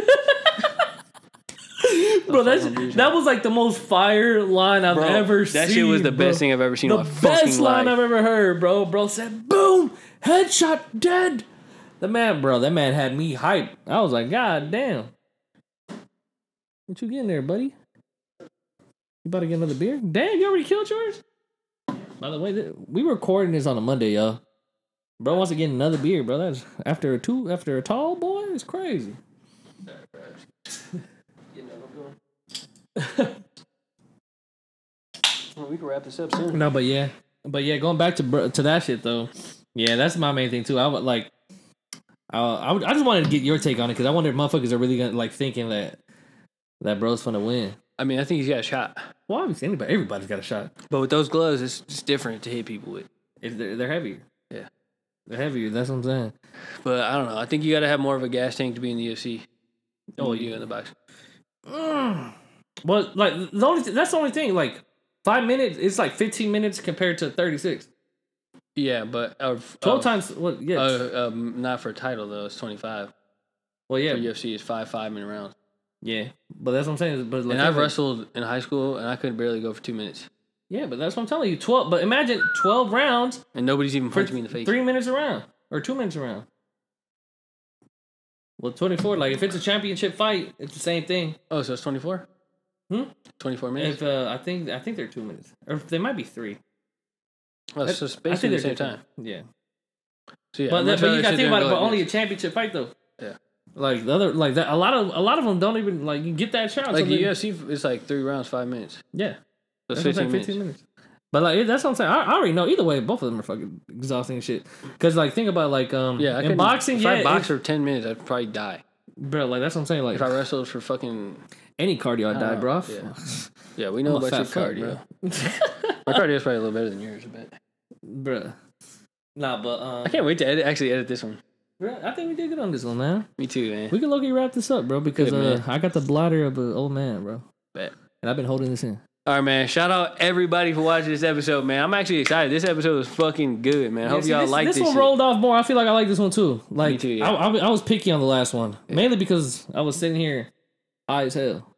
S2: Bro, that's, that was like the most fire line I've ever seen.
S1: that shit was the
S2: bro.
S1: best thing I've ever seen.
S2: The
S1: in my
S2: best
S1: fucking
S2: line
S1: life.
S2: I've ever heard, bro. Bro said, boom, headshot, dead. The man, bro, that man had me hyped. I was like, God damn. What you getting there, buddy? You about to get another beer? Damn, you already killed yours? By the way, th- we recording this on a Monday, y'all. Bro wants to get another beer, bro. That's after a two after a tall boy, it's crazy.
S1: Well, we can wrap this up soon.
S2: No, but yeah, but yeah, going back to br- to that shit though. Yeah, that's my main thing too. I would like, I I, would- I just wanted to get your take on it because I wonder if motherfuckers are really gonna like thinking that that bro's gonna win.
S1: I mean, I think he's got a shot,
S2: Well, obviously, anybody, everybody's got a shot.
S1: but with those gloves, it's just different to hit people with.
S2: If they're they're heavier,
S1: Yeah.
S2: they're heavier. That's what I'm saying.
S1: But I don't know. I think you gotta have more of a gas tank to be in the UFC. Oh,
S2: Hmm.
S1: you in the box?
S2: Well, like the only th- that's the only thing. Like five minutes, it's like 15 minutes compared to 36.
S1: Yeah, but uh, of-
S2: 12
S1: of-
S2: times. Well, yeah.
S1: Uh, um, not for a title though. It's twenty five.
S2: well, yeah,
S1: For UFC, it's five five minute rounds.
S2: yeah. But that's what I'm saying. But like,
S1: And I've wrestled in high school, and I could barely go for two minutes,
S2: Yeah, but that's what I'm telling you. 12. But imagine 12 rounds.
S1: and nobody's even
S2: For
S1: punched me in the face.
S2: Three minutes around or two minutes around. Well, twenty four. Like if it's a championship fight, it's the same thing.
S1: Oh, so it's twenty four.
S2: Hmm?
S1: Twenty four minutes.
S2: If uh, I think I think they're two minutes, or they might be three.
S1: Oh, so it's basically the same time.
S2: Yeah,
S1: So yeah,
S2: but,
S1: I'm
S2: that,
S1: not
S2: but
S1: sure
S2: you
S1: they
S2: got
S1: sit
S2: to think
S1: there
S2: about
S1: and
S2: it.
S1: go
S2: But
S1: like
S2: only a
S1: this.
S2: championship fight though.
S1: Yeah.
S2: Like the other, like that. A lot of a lot of them don't even like you get that shot.
S1: like
S2: so they-
S1: the UFC, it's like three rounds, five minutes. So
S2: yeah.
S1: it's
S2: That's what
S1: fifteen,
S2: I'm saying,
S1: minutes.
S2: 15 minutes. But like that's what I'm saying. I, I already know. Either way, both of them are fucking exhausting as shit. Because like think about like um
S1: Yeah, I
S2: in
S1: couldn't-
S2: boxing
S1: If
S2: yeah
S1: I
S2: it-
S1: boxed for ten minutes, I'd probably die.
S2: bro like that's what I'm saying like
S1: If I wrestled for fucking
S2: any cardio I die
S1: know.
S2: bro
S1: Yeah. yeah, we know
S2: I'm a
S1: about your
S2: fat
S1: cardio.
S2: fuck,
S1: My cardio is probably a little better than yours, I bet.
S2: Bruh. Nah, but um,
S1: I can't wait to edit, actually edit this one.
S2: bruh, I think we did good on this one, man.
S1: Me too, man.
S2: We can low-key wrap this up, bro, because
S1: Good,
S2: uh,
S1: man.
S2: I got the blotter of an old man, bro.
S1: Bet.
S2: And I've been holding this in.
S1: All right, man. Shout out everybody for watching this episode, man. I'm actually excited. This episode was fucking good, man. I hope y'all
S2: this,
S1: like this.
S2: this one
S1: shit.
S2: rolled off more. I feel like I like this one too. Like
S1: too, yeah.
S2: I, I, I was picky on the last one, mainly because I was sitting here high as hell,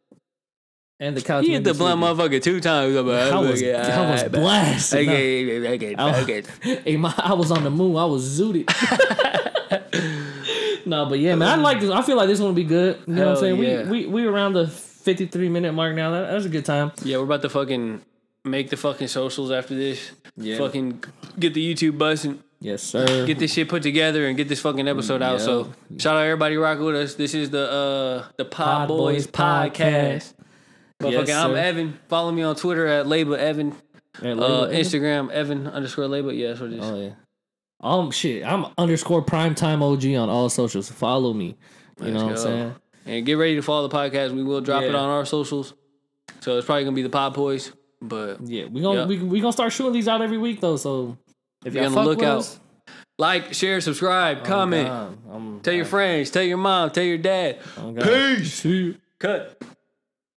S2: and the couch.
S1: He
S2: made
S1: hit
S2: me
S1: the blunt
S2: sleepy.
S1: motherfucker two times.
S2: I was,
S1: Okay,
S2: I was
S1: alright, bro.
S2: blasted. Okay.
S1: Okay, okay, okay,
S2: I,
S1: okay.
S2: Hey, Oh. my, I was on the moon. I was zooted. no, but yeah, man, I like this. I feel like this one will be good. You know what
S1: Hell
S2: I'm saying?
S1: yeah.
S2: We, we we around the 53 minute mark now. That, that was a good time.
S1: Yeah, we're about to fucking make the fucking socials after this.
S2: Yeah.
S1: Fucking get the YouTube bus and
S2: Yes, sir.
S1: get this shit put together and get this fucking episode out.
S2: Yeah.
S1: So shout out everybody rocking with us. This is the uh the Pod,
S2: Pod
S1: Boys,
S2: Boys
S1: podcast.
S2: Podcast.
S1: Motherfucker,
S2: Yes,
S1: I'm
S2: sir.
S1: Evan. Follow me on Twitter at label Evan.
S2: Hey,
S1: Uh,
S2: Layla, hey.
S1: Instagram Evan underscore label. Yeah, that's what it is.
S2: Oh yeah. Um, shit. I'm underscore primetime OG on all socials. Follow me. You know what I'm
S1: go.
S2: saying?
S1: And get ready to follow the podcast. We will drop it
S2: Yeah.
S1: on our socials. So it's probably gonna be the Pod Boys. But
S2: Yeah, we gonna
S1: Yeah.
S2: we, we gonna start shooting these out every week though. So if
S1: Be
S2: y'all
S1: on the
S2: fuck with
S1: lookout.
S2: us, Oh,
S1: like, share, subscribe, comment,
S2: I'm,
S1: tell your friends, tell your mom, tell your dad.
S2: I'm
S1: Peace. Cut.